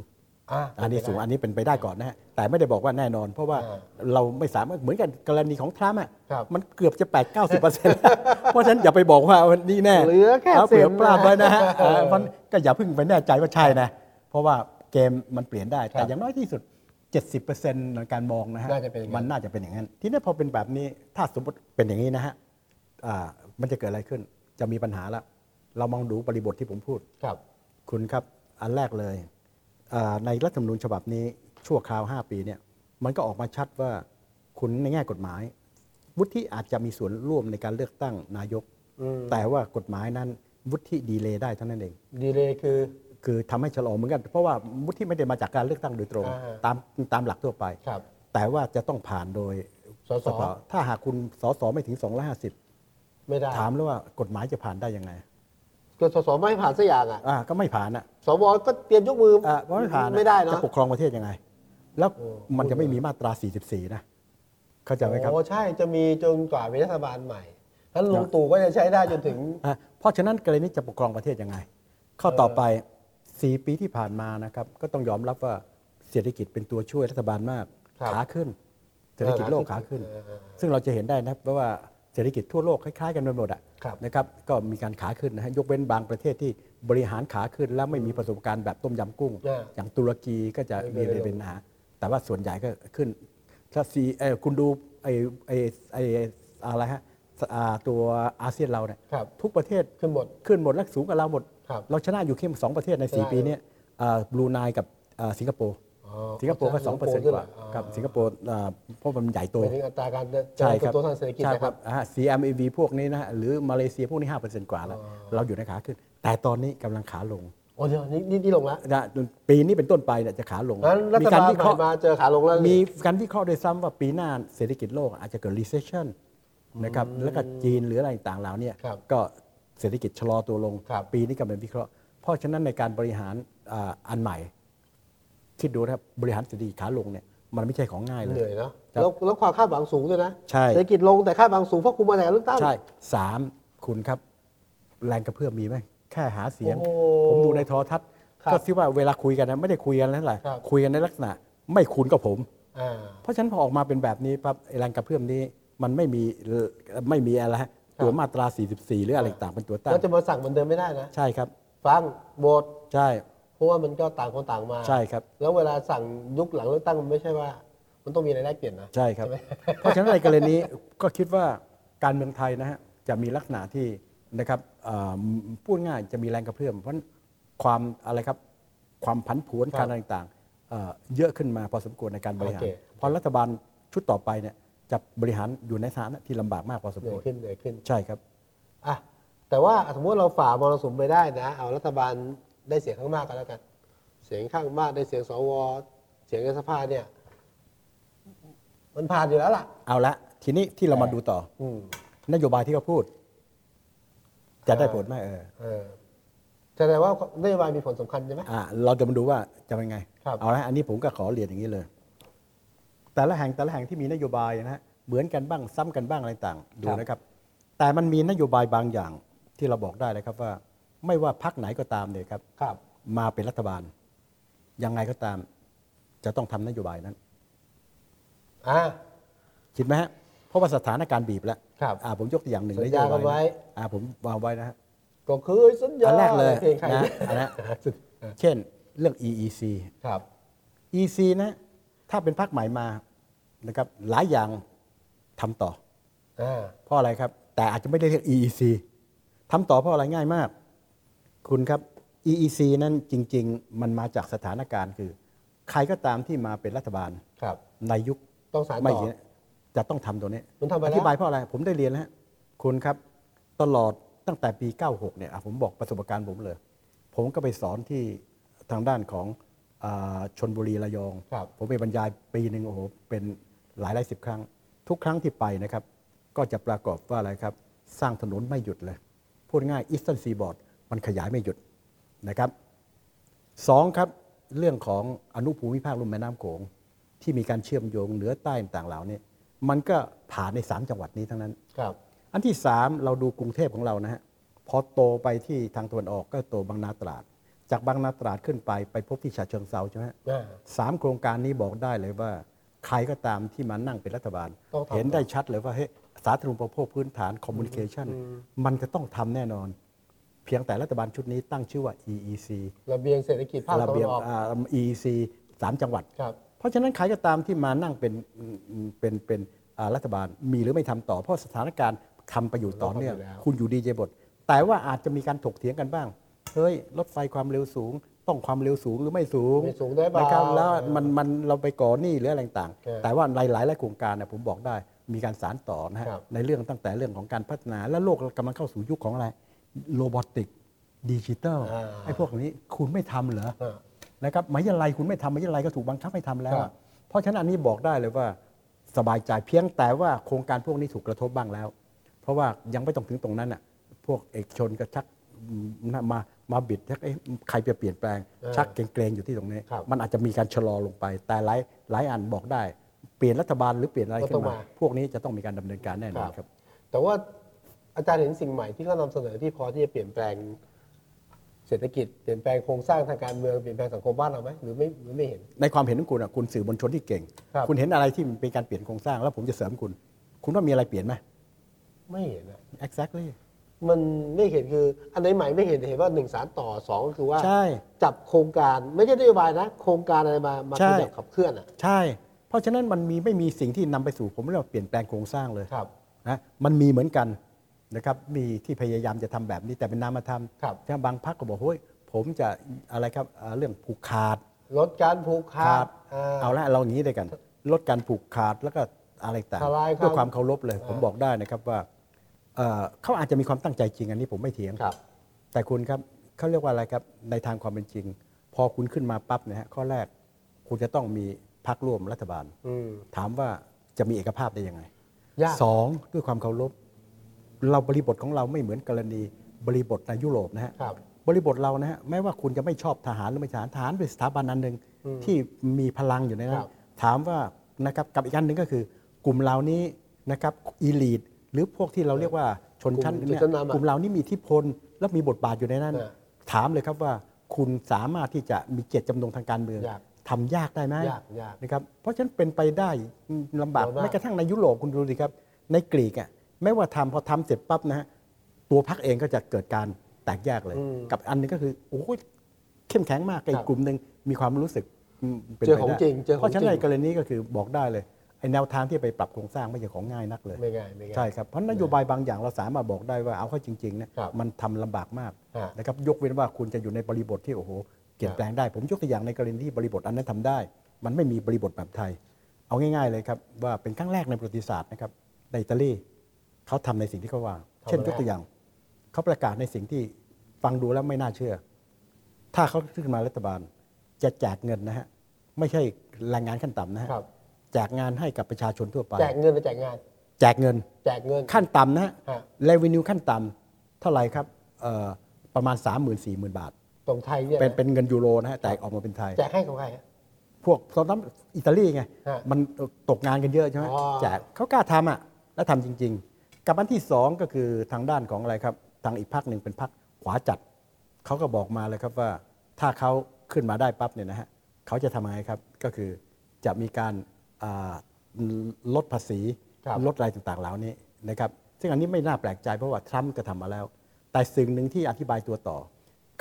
Speaker 1: อ่า
Speaker 2: อันนี้สูงอันนี้เป็นไปได้ก่อนนะฮะแต่ไม่ได้บอกว่าแน่นอน เพราะว่า
Speaker 1: อ่า
Speaker 2: เราไม่สามารถเหมือนกันกรณีของทรัมป์อ่ะ
Speaker 1: ครับ
Speaker 2: มันเกือบจะ 8 9 0เปอร์เซ็นต์เพราะฉะนั้นอย่าไปบอกว่าวันนี้แน่
Speaker 1: เหลือแค่
Speaker 2: าเปลือ
Speaker 1: เซ็นต์
Speaker 2: ปลาบไว้นะฮะ
Speaker 1: เออ
Speaker 2: เออมันก็อย่าเพิ่งไปแน่ใจว่าใช่นะ เพราะว่าเกมมันเปลี่ยนได้
Speaker 1: ครั
Speaker 2: แต่
Speaker 1: บ
Speaker 2: อย่างน้อยที่สุด 70%ในการมองนะฮะ
Speaker 1: น่าจะเป็นอย่างนั้น
Speaker 2: มันน่าจะเป็นอย่างนั้น ทีนี้พอเป็นแบบนี้ถ้าสมมติเป็นอย่างนี้นะฮะอ่ามันจะเกิดอะไรขึ้นจะมีปัญหาละเรามองดูบริบทที่ผมพูด
Speaker 1: ครับ
Speaker 2: คุณครับอันแรกเลยเอ่อในรัฐธรรมนูญฉบับนี้ชั่วคราว 5 ปีเนี่ยมันก็ออกมาชัดว่าคุณในแง่กฎหมาย วุฒิอาจจะมีส่วนร่วมในการเลือกตั้งนายก
Speaker 1: อืม
Speaker 2: แต่ว่ากฎหมายนั้นวุฒิดีเลย์ได้เท่านั้นเอง
Speaker 1: ดีเลยคือ
Speaker 2: คือทำให้ชะลอเหมือนกัน เพราะว่าวุฒิไม่ได้มาจากการเลือกตั้งโดยตรง
Speaker 1: อ่า
Speaker 2: ตามตามหลักทั่วไป
Speaker 1: ครับ
Speaker 2: แต่ว่าจะต้องผ่านโดย
Speaker 1: สส
Speaker 2: ภาถ้าหากคุณสสไม่ถึง 250
Speaker 1: ไม่ได้
Speaker 2: ถามแล้วว่ากฎหมายจะผ่านได้ยังไง
Speaker 1: ก็สสไม่ผ่านสักอย่างอ่ะ
Speaker 2: อ่าก็ไม่ผ่านอ่ะ
Speaker 1: สวก็เตรียมยกมือ
Speaker 2: เอ่อเพราะไม่ผ่าน
Speaker 1: ไม่ได้เน
Speaker 2: จะ
Speaker 1: อะ
Speaker 2: ปกครองประเทศยังไง แล้ว
Speaker 1: โอ้
Speaker 2: มันจะไม่มีมาตรา 44 นะ เข้าใจไหมครับ
Speaker 1: โอ้ใช่จะมีจนกว่ามีรัฐบาลใหม่ท่านลุงตู่ก็จะใช้ได้จนถึง
Speaker 2: อ่ะเพราะฉะนั้นกรณีจะปกครองประเทศยังไง ข้อต่อไป 4 ปีที่ผ่านมานะครับ ก็ต้องยอมรับว่าเศรษฐกิจเป็นตัวช่วยรัฐบาลมาก
Speaker 1: ครับ
Speaker 2: ขาขึ้น เศรษฐกิจโลกขาขึ้น
Speaker 1: เออเออเออ
Speaker 2: ซึ่งเราจะเห็นได้นะเพราะว่าเศรษฐกิจทั่วโลกคล้ายๆกันไปหมดอะ
Speaker 1: ครับ
Speaker 2: นะครับ ก็มีการขาขึ้นนะฮะยกเว้นบางประเทศที่บริหารขาขึ้น และไม่มีประสบการณ์แบบต้มยำกุ้ง
Speaker 1: อ่า
Speaker 2: อย่างตุรกีก็จะ
Speaker 1: ไม่
Speaker 2: มี
Speaker 1: เป็นไร
Speaker 2: เป็นปัญหาแต่ว่าส่วนใหญ่ก็ขึ้น ถ้าซีเอ่อคุณดูไอไอไออะไรฮะอ่าตัวอาเซียนเราเนี่ย
Speaker 1: ครับ
Speaker 2: ทุกประเทศ
Speaker 1: ขึ้นหมด
Speaker 2: ขึ้นหมดและสูงกว่าเราหมด
Speaker 1: ครับ
Speaker 2: เราชนะอยู่แค่สองประเทศใน
Speaker 1: ชนะ
Speaker 2: 4 ปี
Speaker 1: อยู่
Speaker 2: เนี้บลูไนกับอ่าสิงคโปร์
Speaker 1: อ๋อ
Speaker 2: สิงคโปร์ก็
Speaker 1: ชนะ
Speaker 2: สองเปอร์เซ็นต์
Speaker 1: สิง
Speaker 2: ก
Speaker 1: คโปร์
Speaker 2: ว่า
Speaker 1: ด้วยเหรออ๋อ
Speaker 2: กับสิงคโปร์อ่าเพราะมันใหญ่โต
Speaker 1: หมายถึงอัตราการเติบ
Speaker 2: ใช่ครับ
Speaker 1: โตทางเศรษฐกิจ
Speaker 2: ใช่
Speaker 1: นะครับ
Speaker 2: อ่า CMAB พวกนี้นะฮะหรือมาเลเซียพวกนี้ 5%กว่าแล้ว
Speaker 1: อ๋อ
Speaker 2: เราอยู่ในขาขึ้น แต่ตอนนี้กำลังขาลง
Speaker 1: โอ้เดี๋ยวนี่นี่นี่ลงแล้ว
Speaker 2: นะปีนี้เป็นต้นไปเนี่ยจะขาลง
Speaker 1: นั้นรัฐ
Speaker 2: การ
Speaker 1: บาล
Speaker 2: วิ
Speaker 1: ให
Speaker 2: เค
Speaker 1: ม่
Speaker 2: ราะห์
Speaker 1: มาเจอขาลงแล้ว
Speaker 2: มีการวิเคราะห์ด้วยซ้ำว่าปีหน้าเศรษฐกิจโลกอาจจะเกิด recession นะครับแล้วก็จีนหรืออะไรต่างๆเหล่าเนี้
Speaker 1: ครับ
Speaker 2: ก็เศรษฐกิจชะลอตัวลง
Speaker 1: ครับ
Speaker 2: ปีนี้ก็เป็นวิเคราะห์ เพราะฉะนั้นในการบริหารอ่าอันใหม่ คิดดูนะครับบริหารเศรษฐกิจขาลงเนี่ยมันไม่ใช่ของง่ายเล
Speaker 1: เห
Speaker 2: ย
Speaker 1: นื่อยเนาะ
Speaker 2: ครับ
Speaker 1: แล้วแล้วความคาดหวังสูงด้วยนะ
Speaker 2: ใช่
Speaker 1: เศรษฐกิจลงแต่คาดหวังสูงเพราะคุณมาแต่เลือกตั้ง
Speaker 2: ใช่สามคุณครับ แรงกระเพื่อมมีไหม แค่หาเสียง
Speaker 1: โอ้
Speaker 2: ผมดูในโทรทัศน์
Speaker 1: ครับ
Speaker 2: ก็คิดว่าเวลาคุยกันนะไม่ได้คุยกันแล้วแหละ
Speaker 1: ครับ
Speaker 2: คุยกันในลักษณะ ไม่คุณก็ผม
Speaker 1: อ่า
Speaker 2: เพราะฉะนั้นพอออกมาเป็นแบบนี้ปั๊บไอ้แรงกระเพื่อมนี้ มันไม่มีเอ่อไม่มีอะไรฮะตัวมาตรา 44 หรืออะไร
Speaker 1: ครับ
Speaker 2: ต่างเป็นตัวตั้ง
Speaker 1: ก็จะมาสั่งเหมือนเดิมไม่ได้นะ
Speaker 2: ใช่ครับ
Speaker 1: ฟังโหวต
Speaker 2: ใช่
Speaker 1: เพราะว่ามันก็ต่างคนต่างมา
Speaker 2: ใช่ครับ
Speaker 1: แล้วเวลาสั่งยุคหลังเลือกตั้งมันไม่ใช่ว่า มันต้องมีอะไรแลกเปลี่ยนนะ
Speaker 2: ใช่ครับ
Speaker 1: ใช่ไหม
Speaker 2: เพราะฉะนั้นในกรณีก็คิดว่าการเมืองไทยนะฮะจะมีลักษณะที่นะครับเอ่อพูดง่ายจะมีแรงกระเพื่อมเพราะฉะนั้นความอะไรครับความผันผวน
Speaker 1: ครับ
Speaker 2: การอะไรต่างๆเอ่อเยอะขึ้นมาพอสมควรในการบริหาร
Speaker 1: โอเค
Speaker 2: เพราะรัฐบาลชุดต่อไปเนี่ยจะบริหารอยู่ในสถานะที่ลำบากมากพอสม
Speaker 1: เหนื่
Speaker 2: ค
Speaker 1: อ
Speaker 2: วย ร
Speaker 1: ขึ้นเหนื่อยขึ้น
Speaker 2: ใช่ครับ
Speaker 1: อ่ะแต่ว่าสมมติเราฝ่ามรสุมไปได้นะเอารัฐบาลได้เสียงข้างมากก็แล้วกัน เสียงข้างมากได้เสียงสวเสียงในสภาเนี่ย มันผ่านอยู่แล้วล่ะ
Speaker 2: เอาละทีนี้ที่เรามาดูต่อ
Speaker 1: อืม
Speaker 2: นโยบายที่เขาพูด จะได้ผลไหมเออ
Speaker 1: เออแสดงว่านโยบายมีผลสำคัญใช่ไหม
Speaker 2: อ่ะเราจะมาดูว่าจะเป็นไง
Speaker 1: ครับ
Speaker 2: เอาละอันนี้ผมก็ขอเรียนอย่างนี้เลย แต่ละแห่งแต่ละแห่งที่มีนโยบายนะฮะเหมือนกันบ้างซ้ำกันบ้างอะไรต่างดูนะครับ แต่มันมีนโยบายบางอย่างที่เราบอกได้เลยครับว่า ไม่ว่าพักไหนก็ตามเนี่ยครับ
Speaker 1: ครับ
Speaker 2: มาเป็นรัฐบาล ยังไงก็ตาม จะต้องทำนโยบายนั้น
Speaker 1: อ่า
Speaker 2: คิดไหมฮะเพราะว่าสถานการณ์บีบแล้ว
Speaker 1: ครับ
Speaker 2: อ่าผมยกตัวอย่างหนึ่ง
Speaker 1: สัญญากันไว้
Speaker 2: นโยบยนะอ่าผมวางไว้นะฮะ
Speaker 1: ก็เคยสัญญา
Speaker 2: อันแรกเลย
Speaker 1: เพลงใคร
Speaker 2: นะ
Speaker 1: เนี่ย
Speaker 2: อันนะเช่นเรื่อง EEC
Speaker 1: ครับ
Speaker 2: EC นะ ถ้าเป็นพรรคใหม่มานะครับหลายอย่างทำต่อ
Speaker 1: อ่า
Speaker 2: เพราะอะไรครับ แต่อาจจะไม่ได้เรียก EEC ทำต่อเพราะอะไรง่ายมาก คุณครับ EEC นั้นจริง ๆ มันมาจากสถานการณ์คือ ใครก็ตามที่มาเป็นรัฐบาล
Speaker 1: ครับ
Speaker 2: ในยุค
Speaker 1: ต้องสาน
Speaker 2: ไม่
Speaker 1: ต่อ
Speaker 2: เยอะจะต้องทำตัวนี้
Speaker 1: มันทำไปแล้ว
Speaker 2: อธิบายเพราะอะไร ผมได้เรียนแล้วฮะคุณครับตลอดตั้งแต่ปี 96 เนี่ยอ่ะผมบอกประสบการณ์ผมเลย ผมก็ไปสอนที่ทางด้านของอาชนบุรีระยอง
Speaker 1: ครับ
Speaker 2: ผมไปบรรยายปีหนึ่งโอ้โหเป็นหลายหลายสิบครั้ง ทุกครั้งที่ไปนะครับ ก็จะประกอบว่าอะไรครับ สร้างถนนไม่หยุดเลย พูดง่ายอีสเทิร์นซีบอร์ดมันขยายไม่หยุดนะครับสองครับ เรื่องของอนุภูมิภาคลุ่มแม่น้ำโขง ที่มีการเชื่อมโยงเหนือใต้ต่างๆเหล่านี้มันก็ผ่านใน 3 จังหวัดนี้ทั้งนั้น
Speaker 1: ครับ
Speaker 2: อันที่ 3 เราดูกรุงเทพของเรานะฮะพอโตไปที่ทางตะวันออกก็โตบางนาตราด จากบางนาตราดขึ้นไปไปพบที่ฉะเชิงเซาใช่ไหมฮะ
Speaker 1: อ่า
Speaker 2: สามโครงการนี้บอกได้เลยว่า ใครก็ตามที่มานั่งเป็นรัฐบาล
Speaker 1: ต้องทำ
Speaker 2: เห็นได้ชัดเลยว่าเฮ้ยสาธารณูปโภคพื้นฐานคอมมูนิเคชันมันจะต้องทำแน่นอน เพียงแต่รัฐบาลชุดนี้ตั้งชื่อว่า EEC
Speaker 1: ระเบียงเศรษฐกิจภาค
Speaker 2: ระ
Speaker 1: ตะวั
Speaker 2: เบีย
Speaker 1: น
Speaker 2: บ
Speaker 1: ออก
Speaker 2: อ่า EEC สามจังหวัด
Speaker 1: ครับ
Speaker 2: เพราะฉะนั้นใครก็ตามที่มานั่งเป็นอืมอืมเป็นเป็นอ่ารัฐบาลมีหรือไม่ทำต่อ เพราะสถานการณ์ทำไปอยู่ต่อเนื่อง
Speaker 1: ทำอยู่แล้ว
Speaker 2: คุณอยู่ดีเจบท แต่ว่าอาจจะมีการถกเถียงกันบ้าง เฮ้ย รถไฟความเร็วสูง ต้องความเร็วสูงหรือไม่สูง
Speaker 1: ไม่สูงได้เปล่า
Speaker 2: นะครับแล้วมันมันเราไปก่อหนี้หรืออะไรต่าง
Speaker 1: ครับ
Speaker 2: แต่ว่าหลายหลายหลายโครงการนะผมบอกได้มีการสารต่อนะฮะ
Speaker 1: ครับ
Speaker 2: ในเรื่องตั้งแต่เรื่องของการพัฒนาและโลกกำลังเข้าสู่ยุคของอะไรโรบอติกดิจิตอล
Speaker 1: อ่า
Speaker 2: ไอ้พวกนี้คุณไม่ทำเหรอ
Speaker 1: อ่า
Speaker 2: นะครับมหาวิทยาลัยคุณไม่ทำมหาวิทยาลัยก็ถูกบังคับให้ทำแล้ว
Speaker 1: ครั
Speaker 2: อะ
Speaker 1: บ
Speaker 2: เพราะฉะนั้นอันนี้บอกได้เลยว่าสบายใจเพียงแต่ว่าโครงการพวกนี้ถูกกระทบบ้างแล้ว เพราะว่ายังไม่ต้องถึงตรงนั้นอ่ะพวกเอกชนก็ชักมามามาบิดชักเอ๊ะใครจะเปลี่ยนแปลง ชักเกรงๆอยู่ที่ตรงนี้
Speaker 1: ครับ
Speaker 2: มันอาจจะมีการชะลอลงไป แต่หลายหลายอันบอกได้ เปลี่ยนรัฐบาลหรือเปลี่ยนอะไร
Speaker 1: ก็
Speaker 2: ขึ้
Speaker 1: ต้อน ง
Speaker 2: มา
Speaker 1: มา
Speaker 2: พวกนี้จะต้องมีการดำเนินการแน่นอนครับ
Speaker 1: แต่ว่าอาจารย์เห็นสิ่งใหม่ที่เขานำเสนอที่พอที่จะเปลี่ยนแปลงเศรษฐกิจเปลี่ยนแปลงโครงสร้างทางการเมืองเปลี่ยนแปลงสังคมบ้านเราไหมหรือไม่หรือไม่เห็น
Speaker 2: ในความเห็นของคุณอะคุณสื่อมวลชนที่เก่ง
Speaker 1: ครับ
Speaker 2: ณเห็นอะไรที่มันเป็นการเปลี่ยนโครงสร้างแล้วผมจะเสริมคุณ คุณว่ามีอะไรเปลี่ยนไหม
Speaker 1: ไม่เห็นอะ
Speaker 2: exactly
Speaker 1: มันไม่เห็นคืออันไหนใหม่ไม่เห็นแต่เห็นว่าหนึ่งสารต่อสองก็คือว่า
Speaker 2: ใช่
Speaker 1: จับโครงการไม่ใช่นโยบายนะ โครงการอะไรมามา
Speaker 2: ใช่
Speaker 1: ขยับขับเคลื่อนอ่ะ
Speaker 2: ใช่ เพราะฉะนั้นมันมีไม่มีสิ่งที่นำไปสู่ผมเรียกว่าเปลี่ยนแปลงโครงสร้างเลย
Speaker 1: ครับ
Speaker 2: นะมันมีเหมือนกันนะครับมีที่พยายามจะทำแบบนี้แต่เป็นนามธรรม
Speaker 1: ครับ
Speaker 2: ถ้าบางพักก็บอกเฮ้ยผมจะอะไรครับอ่าเรื่องผูกขาด
Speaker 1: ลดการผูกขาดอ่า
Speaker 2: เอาละเราอย่างนี้ด้วยกัน ลดการผูกขาดแล้วก็อะไรต่าง
Speaker 1: ทลายความ
Speaker 2: ด้วยความเคารพเลย
Speaker 1: อ่า
Speaker 2: ผมบอกได้นะครับว่าเอ่อเขาอาจจะมีความตั้งใจจริงอันนี้ผมไม่เถียง
Speaker 1: ครับ
Speaker 2: แต่คุณครับเขาเรียกว่าอะไรครับในทางความเป็นจริง พอคุณขึ้นมาปั๊บเนะฮะข้อแรกคุณจะต้องมีพักร่วมรัฐบาล
Speaker 1: อืม
Speaker 2: ถามว่าจะมีเอกภาพได้ยังไง
Speaker 1: ยาก
Speaker 2: สองด้วยความเคารพเราบริบทของเราไม่เหมือนกรณีบริบทในยุโรปนะฮะ
Speaker 1: ครับ
Speaker 2: บริบทเรานะฮะแม้ว่าคุณจะไม่ชอบทหารหรือไม่ทหารทหารเป็นสถาบันอันหนึ่งที่มีพลังอยู่ในนั้
Speaker 1: ครั
Speaker 2: น
Speaker 1: บ
Speaker 2: ถามว่านะครับกับอีกอันหนึ่งก็คือ กลุ่มเหล่านี้นะครับอีลีดหรือพวกที่เราเรียกว่าชนชั้น
Speaker 1: กลุ่ม
Speaker 2: เนี่ย
Speaker 1: ชนชั้นนำอะ
Speaker 2: กลุ่มเหล่านี้มีอิที่พลและมีบทบาทอยู่ในนั้น
Speaker 1: เออ
Speaker 2: ถามเลยครับว่าคุณสามารถที่จะมีเจตจำนงทางการเมือง
Speaker 1: ยาก
Speaker 2: ทำยากได้ไหม
Speaker 1: ยากยาก
Speaker 2: นะครับเพราะฉะนั้นเป็นไปได้ลำบาก
Speaker 1: ลำบาก
Speaker 2: แม้กระทั่งในยุโรปคุณดูสิครับ ในกรีกอ่ะแม้ว่าทำพอทำเสร็จปั๊บนะฮะตัวพรรคเองก็จะเกิดการแตกแยกเลย กับอันหนึงก็คือโอ้ยเข้มแข็งมากกับอีกกลุ่มหนึ่งมีความรู้สึกอืมป็น
Speaker 1: เจอ
Speaker 2: ไปได้
Speaker 1: ของจริงเจอของ
Speaker 2: เพราะ
Speaker 1: จ
Speaker 2: ฉะนั้นใน
Speaker 1: ริง
Speaker 2: กรณีนี้ก็คือบอกได้เลยไอแนวทางที่ไปปรับโครงสร้างไม่ใช่ของง่ายนักเลย
Speaker 1: ไม่ง่ายไม่ง่าย
Speaker 2: ใช่ครับเพราะนโยบายบางอย่างเราสามารถบอกได้ว่าเอาเข้าจริงๆนะครับ มันทำลำบากมาก
Speaker 1: ฮะ
Speaker 2: นะครับยกเว้นว่าคุณจะอยู่ในบริบทที่โอ้โหเปลี่ยนแปลงได้ ผมยกตัวอย่างในกรณีที่บริบทอันนั้นทำได้ มันไม่มีบริบทแบบไทย เอาง่าย ๆ เลยครับว่าเป็นครั้งแรกในประวัติศาสตร์นะครับในอิตาลีเขาทำในสิ่งที่เขาว่า
Speaker 1: ทำ
Speaker 2: เช่น
Speaker 1: อะไร
Speaker 2: ยกตัวอย่างเขาประกาศในสิ่งที่ฟังดูแล้วไม่น่าเชื่อ ถ้าเขาขึ้นมารัฐบาล จะแจกเงินนะฮะไม่ใช่แรงงานขั้นต่ำนะฮะ
Speaker 1: ครับ
Speaker 2: แจกงานให้กับประชาชนทั่วไป
Speaker 1: แจกเงินไปแจกงาน
Speaker 2: แจกเงิน
Speaker 1: แจกเงิน
Speaker 2: ขั้นต่ำนะฮะ
Speaker 1: ฮะ
Speaker 2: revenue ขั้นต่ำเท่าไหร่ครับเอ่อประมาณ 3 0 0 0 0 4 0 0 0 บาท
Speaker 1: ตรงไทยเนี่ย
Speaker 2: เป็นเป็นเงินยูโรนะฮะ แต่ออกมาเป็นไทย
Speaker 1: แจกให้ของใครฮะ
Speaker 2: พวกตอนนั้นอิตาลีไง
Speaker 1: ฮะ
Speaker 2: มันตกงานกันเยอะใช่ไหม
Speaker 1: อ๋อ
Speaker 2: แจกเขากล้าทำอ่ะ แล้วทำจริง ๆ กับอันที่ 2 ก็คือทางด้านของอะไรครับ ทางอีกพักหนึ่งเป็นพักขวาจัด เขาก็บอกมาเลยครับว่าถ้าเขาขึ้นมาได้ปั๊บเนี่ยนะฮะเขาจะทำยังไงครับ ก็คือจะมีการอ่าลดภาษี
Speaker 1: ครับ
Speaker 2: ลดอะไรต่างๆเหล่านี้นะครับ ซึ่งอันนี้ไม่น่าแปลกใจเพราะว่าทรัมป์ก็ทำมาแล้ว แต่สิ่งหนึ่งที่อธิบายตัวต่อ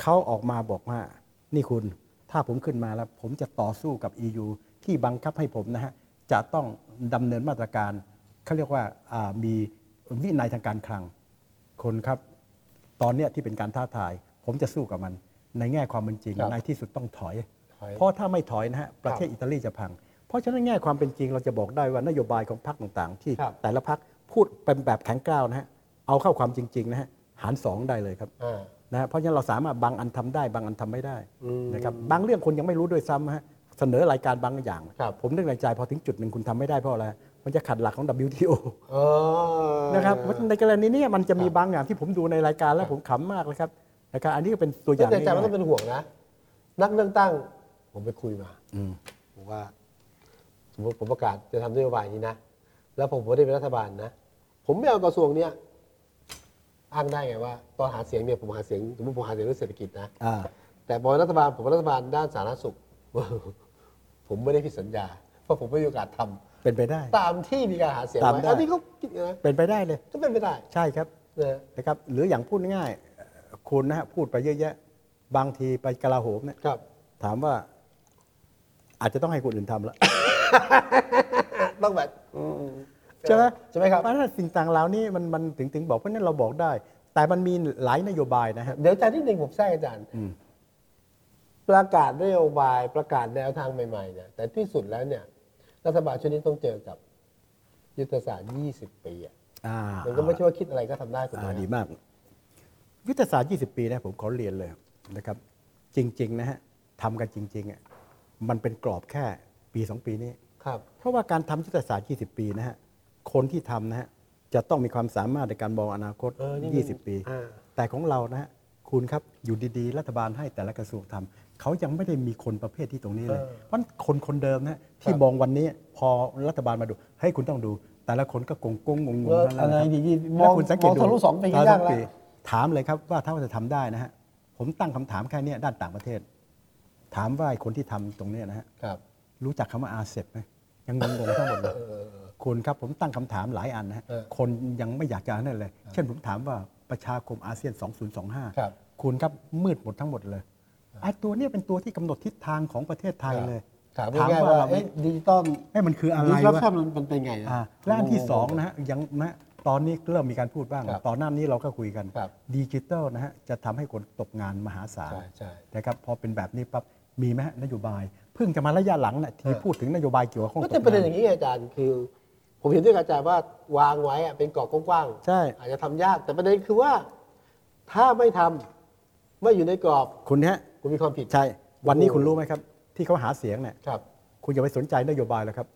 Speaker 2: เขาออกมาบอกว่า นี่คุณ ถ้าผมขึ้นมาแล้ว ผมจะต่อสู้กับ EU ที่บังคับให้ผมนะฮะ จะต้องดำเนินมาตรการเขาเรียกว่าอ่ามีวินัยทางการคลัง คนครับ ตอนเนี้ยที่เป็นการท้าทาย ผมจะสู้กับมัน ในแง่ความเป็นจริง
Speaker 1: ครับ
Speaker 2: ในที่สุดต้องถอย
Speaker 1: ถอย
Speaker 2: เพราะถ้าไม่ถอยนะฮะประเทศอิตาลีจะพัง เพราะฉะนั้นแง่ความเป็นจริงเราจะบอกได้ว่านโยบายของพรรคต่างๆ ที่
Speaker 1: ครับ
Speaker 2: แต่ละพรรคพูดเป็นแบบแข็งกร้าวนะฮะเอาเข้าความจริงๆนะฮะหารสองได้เลยครับ
Speaker 1: อ่า
Speaker 2: นะฮะเพราะฉะนั้นเราสามารถบางอันทำได้บางอันทำไม่ได้
Speaker 1: อืม
Speaker 2: นะครับบางเรื่องคนยังไม่รู้ด้วยซ้ำฮะเสนอรายการบางอย่าง
Speaker 1: ครับ
Speaker 2: ผมนึกในใจพอถึงจุดหนึ่งคุณทำไม่ได้เพราะอะไรมันจะขัดหลักของ WTO
Speaker 1: อ๋อ
Speaker 2: นะครับในกรณีเนี้มันจะมี
Speaker 1: ครับ
Speaker 2: บางอย่างที่ผมดูในรายการแล้วผมขำมากเลยครับนะครับอันนี้ก็เป็นตัวอย่าง
Speaker 1: แต่อาจารย์ไม่ต้
Speaker 2: ง่าย
Speaker 1: องเป็นห่วงนะ นักเลือกตั้ง ผมไปคุยมา
Speaker 2: ๆอืม
Speaker 1: ผมว่า สมมติผมประกาศจะทำนโยบายนี้นะ แล้วผมไม่ได้เป็นรัฐบาลนะ ผมไม่เอากระทรวงเนี้ยอ้างได้ไงว่า ตอนหาเสียงเนี่ยผมหาเสียงสมมติผมหาเสียงเรื่องเศรษฐกิจนะ
Speaker 2: อ่า
Speaker 1: แต่บอยรัฐบาลผมเป็นรัฐบาลด้านสาธารณสุข ผมไม่ได้ผิดสัญญา เพราะผมไม่มีโอกาสทำ
Speaker 2: เป็นไปได้
Speaker 1: ตามที่มีการหาเสียง
Speaker 2: ตาม
Speaker 1: ไว้
Speaker 2: ได้
Speaker 1: อันนี้เขาคิดนะ
Speaker 2: เป็นไปได้เลย
Speaker 1: ก็เป็นไม่ได้
Speaker 2: ใช่ครับ
Speaker 1: นะ
Speaker 2: นะครับหรืออย่างพูดง่ายๆเอ่อคุณนะฮะพูดไปเยอะแยะ บางทีไปกลาโหมเนี่ย
Speaker 1: ครับ
Speaker 2: ถามว่า อาจจะต้องให้คนอื่นทำละ
Speaker 1: ต้องแบบ
Speaker 2: ใช่ไหม
Speaker 1: ใช่ไหมครับ
Speaker 2: เพราะฉะนั้นสิ่งต่างเหล่านี้มันมันถึงถึงบอกเพราะฉะนั้นเราบอกได้ แต่มันมีหลายนโยบายนะฮะ
Speaker 1: เดี๋ยวอาจารย์นิดหนึ่งผมแทรกอาจารย์
Speaker 2: อืม
Speaker 1: ประกาศนโยบายประกาศแนวทางใหม่ๆเนี่ยแต่ที่สุดแล้วเนี่ย รัฐบาลชุดนี้ต้องเจอกับ ยุทธศาสตร์ 20 ปีอะ
Speaker 2: อ่า
Speaker 1: มันก็ไม่ใช่ว่าคิดอะไรก็ทำได้ถูกไหม
Speaker 2: อ่า
Speaker 1: ฮะ
Speaker 2: ดีมาก ยุทธศาสตร์ 20 ปีนะผมขอเรียนเลยนะครับ จริง ๆ นะฮะทำกันจริงๆอ่ะมันเป็นกรอบแค่ปี 2 ปีนี้
Speaker 1: ครับ
Speaker 2: เพราะว่าการทำยุทธศาสตร์ 20 ปีนะฮะ คนที่ทำนะฮะ จะต้องมีความสามารถในการมองอนาคต
Speaker 1: เออนี่มัน
Speaker 2: 20 ปี
Speaker 1: อ่า
Speaker 2: แต่ของเรานะฮะ คุณครับ อยู่ดีๆ รัฐบาลให้แต่ละกระทรวงทำเขายังไม่ได้มีคนประเภทที่ตรงนี้เลย เพราะคนคนเดิมนะฮะที่มองวันนี้พอรัฐบาลมาดู ให้คุณต้องดู แต่ละคนก็กงกงงงง
Speaker 1: เออ
Speaker 2: ทั้งนั้นนะค
Speaker 1: อะไรดีๆ
Speaker 2: รับ
Speaker 1: มอง
Speaker 2: แล้วคุณสังเกต
Speaker 1: มอง
Speaker 2: ดู
Speaker 1: ทะลุสองปีก็ยากแล้ว
Speaker 2: ทะปีถามเลยครับว่าถ้าว่าจะทำได้นะฮะ ผมตั้งคำถามแค่เนี้ยด้านต่างประเทศ ถามว่าไอ้คนที่ทำตรงเนี้ยนะฮะ
Speaker 1: ครับ
Speaker 2: รู้จักคำว่าอาเซบไหมยังงงๆทั้งหมดเลยคุณครับผมตั้งคำถามหลายอันนะฮะ
Speaker 1: เออ
Speaker 2: คนยังไม่อยากจะนั่นเลย เช่นผมถามว่าประชาคมอาเซียน 2025
Speaker 1: ครับ
Speaker 2: คุณครับมืดหมดทั้งหมดเลยไอ้ตัวเนี้ยเป็นตัวที่กำหนดทิศทางของประเทศไทย
Speaker 1: ครับ
Speaker 2: เลย
Speaker 1: ถามง่ายๆว่า
Speaker 2: เรา
Speaker 1: เอ๊ะดิจิตอล
Speaker 2: เอ้ยมันคืออะไร
Speaker 1: ดิจิทัล
Speaker 2: วะ
Speaker 1: ชั่นมันเป็นไงนะ
Speaker 2: อ่าและอันที่สองนะฮะยังนะตอนนี้เริ่มมีการพูดบ้าง
Speaker 1: ครับ
Speaker 2: ตอนหน้านี้เราก็คุยกัน
Speaker 1: ครับ
Speaker 2: ดิจิทัลนะฮะจะทำให้คนตกงานมหาศาล
Speaker 1: ใช่ใช่
Speaker 2: นะครับพอเป็นแบบนี้ปั๊บมีไหมฮะนโยบาย เพิ่งจะมาระยะหลังนะที่
Speaker 1: เออ
Speaker 2: พูดถึงนโยบายเกี่ยวกับข้อง
Speaker 1: ก็
Speaker 2: ตก
Speaker 1: แต่ประเด็นอง
Speaker 2: าน
Speaker 1: ย่างนี้ไงอาจารย์คือ ผมเห็นด้วยกับอาจารย์ว่าวางไว้อะเป็นกรอบกว้างๆ
Speaker 2: ใช่
Speaker 1: อาจจะทำยากแต่ประเด็นคือว่า ถ้าไม่ทำไม่อยู่ในกรอบ
Speaker 2: คุณเนี้ย
Speaker 1: คุณมีความผิด
Speaker 2: ใช่ วันนี้
Speaker 1: โอ้โห
Speaker 2: คุณรู้ไหมครับ ที่เขาหาเสียงเนี่ย
Speaker 1: ครับ
Speaker 2: คุณอย่าไปสนใจนโยบายแล้วครับ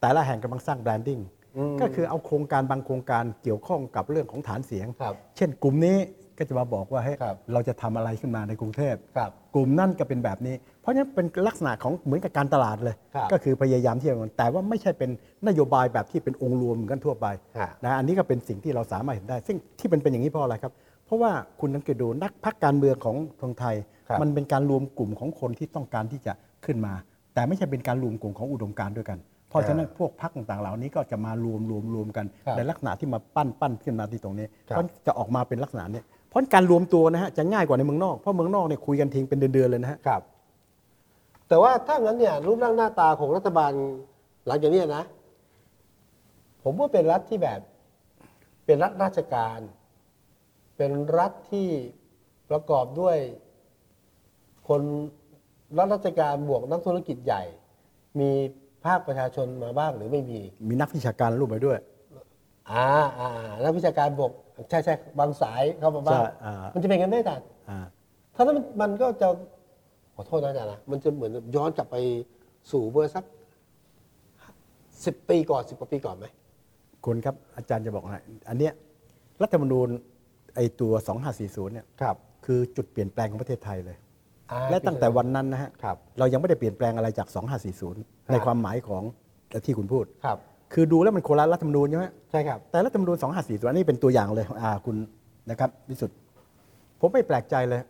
Speaker 2: แต่ละแห่งกำลังสร้างแบรนดิ้ง
Speaker 1: อืม
Speaker 2: ก็คือเอาโครงการบางโครงการเกี่ยวข้องกับเรื่องของฐานเสียง
Speaker 1: ครับ
Speaker 2: เช่น กลุ่มนี้ก็จะมาบอกว่าเฮ้ย
Speaker 1: ครับ
Speaker 2: เราจะทำอะไรขึ้นมาในกรุงเทพ
Speaker 1: ครับ
Speaker 2: กลุ่มนั่นก็เป็นแบบนี้ เพราะฉะนั้นเป็นลักษณะของเหมือนกับการตลาดเลย
Speaker 1: ครับ
Speaker 2: ก็คือพยายามที่จะมันแต่ว่าไม่ใช่เป็นนโยบายแบบที่เป็นองค์รวมเหมือนกันทั่วไป
Speaker 1: ฮะ
Speaker 2: นะอันนี้ก็เป็นสิ่งที่เราสามารถเห็นได้ ซึ่งที่มันเป็นอย่างนี้เพราะอะไรครับ เพราะว่าคุณสังเกตดูนักพักการเมืองของทางไทย
Speaker 1: ครับ
Speaker 2: มันเป็นการรวมกลุ่มของคนที่ต้องการที่จะขึ้นมา แต่ไม่ใช่เป็นการรวมกลุ่มของอุดมการณ์ด้วยกัน เพราะฉะนั้นพวกพักต่างๆเหล่านี้ก็จะมารวมรวมรวมกัน
Speaker 1: ครับ
Speaker 2: ในลักษณะที่มาปั้นปั้นขึ้นมาที่ตรงนี้
Speaker 1: ครับ
Speaker 2: เพราะ จะออกมาเป็นลักษณะเนี้ยเพราะการรวมตัวนะฮะจะง่ายกว่าในเมืองนอก เพราะเมืองนอกเนี่ยคุยกันทิ้งเป็นเดือนๆเลยนะฮะ
Speaker 1: ครับ แต่ว่าถ้างั้นเนี่ย รูปร่างหน้าตาของรัฐบาลหลังจากเนี้ยนะ ผมว่าเป็นรัฐที่แบบ เป็นรัฐราชการ เป็นรัฐที่ประกอบด้วย คนรัฐราชการบวกนักธุรกิจใหญ่ มีภาคประชาชนมาบ้างหรือไม่มี
Speaker 2: มีนักวิชาการร่วมไปด้วย
Speaker 1: อ่าอ่านักวิชาการบวกใช่ใช่บางสายเข้ามาบ้าง
Speaker 2: ใช่อ่ามั
Speaker 1: มันจะเป็นกันได้ต่าง
Speaker 2: อ่า
Speaker 1: ถ้านั้นมันมันก็จะขอโทษนะอาจารย์นะมันจะเหมือนย้อนกลับไปสู่เมื่อสักสิบปีก่อนสิบกว่าปีก่อนไหม
Speaker 2: คุณครับอาจารย์จะบอกนะอันเนี้ยรัฐธรรมนูญไอตัว 2540เนี่ย
Speaker 1: ครับ
Speaker 2: คือจุดเปลี่ยนแปลงของประเทศไทยเลย
Speaker 1: อ่า
Speaker 2: และตั้งแต่วันนั้นนะฮะ
Speaker 1: ครับ
Speaker 2: เรายังไม่ได้เปลี่ยนแปลงอะไรจาก 2540 ในความหมายของที่คุณพูด
Speaker 1: ครับ
Speaker 2: คือดูแล้วมันโคนละรัฐธรรมนูญใช่ไหม
Speaker 1: ใช่ครับ
Speaker 2: แต่รัฐธรรมนูญ254ตัวนี้เป็นตัวอย่างเลยอ่าคุณนะครับวิสุทธ์ผมไม่แปลกใจเลย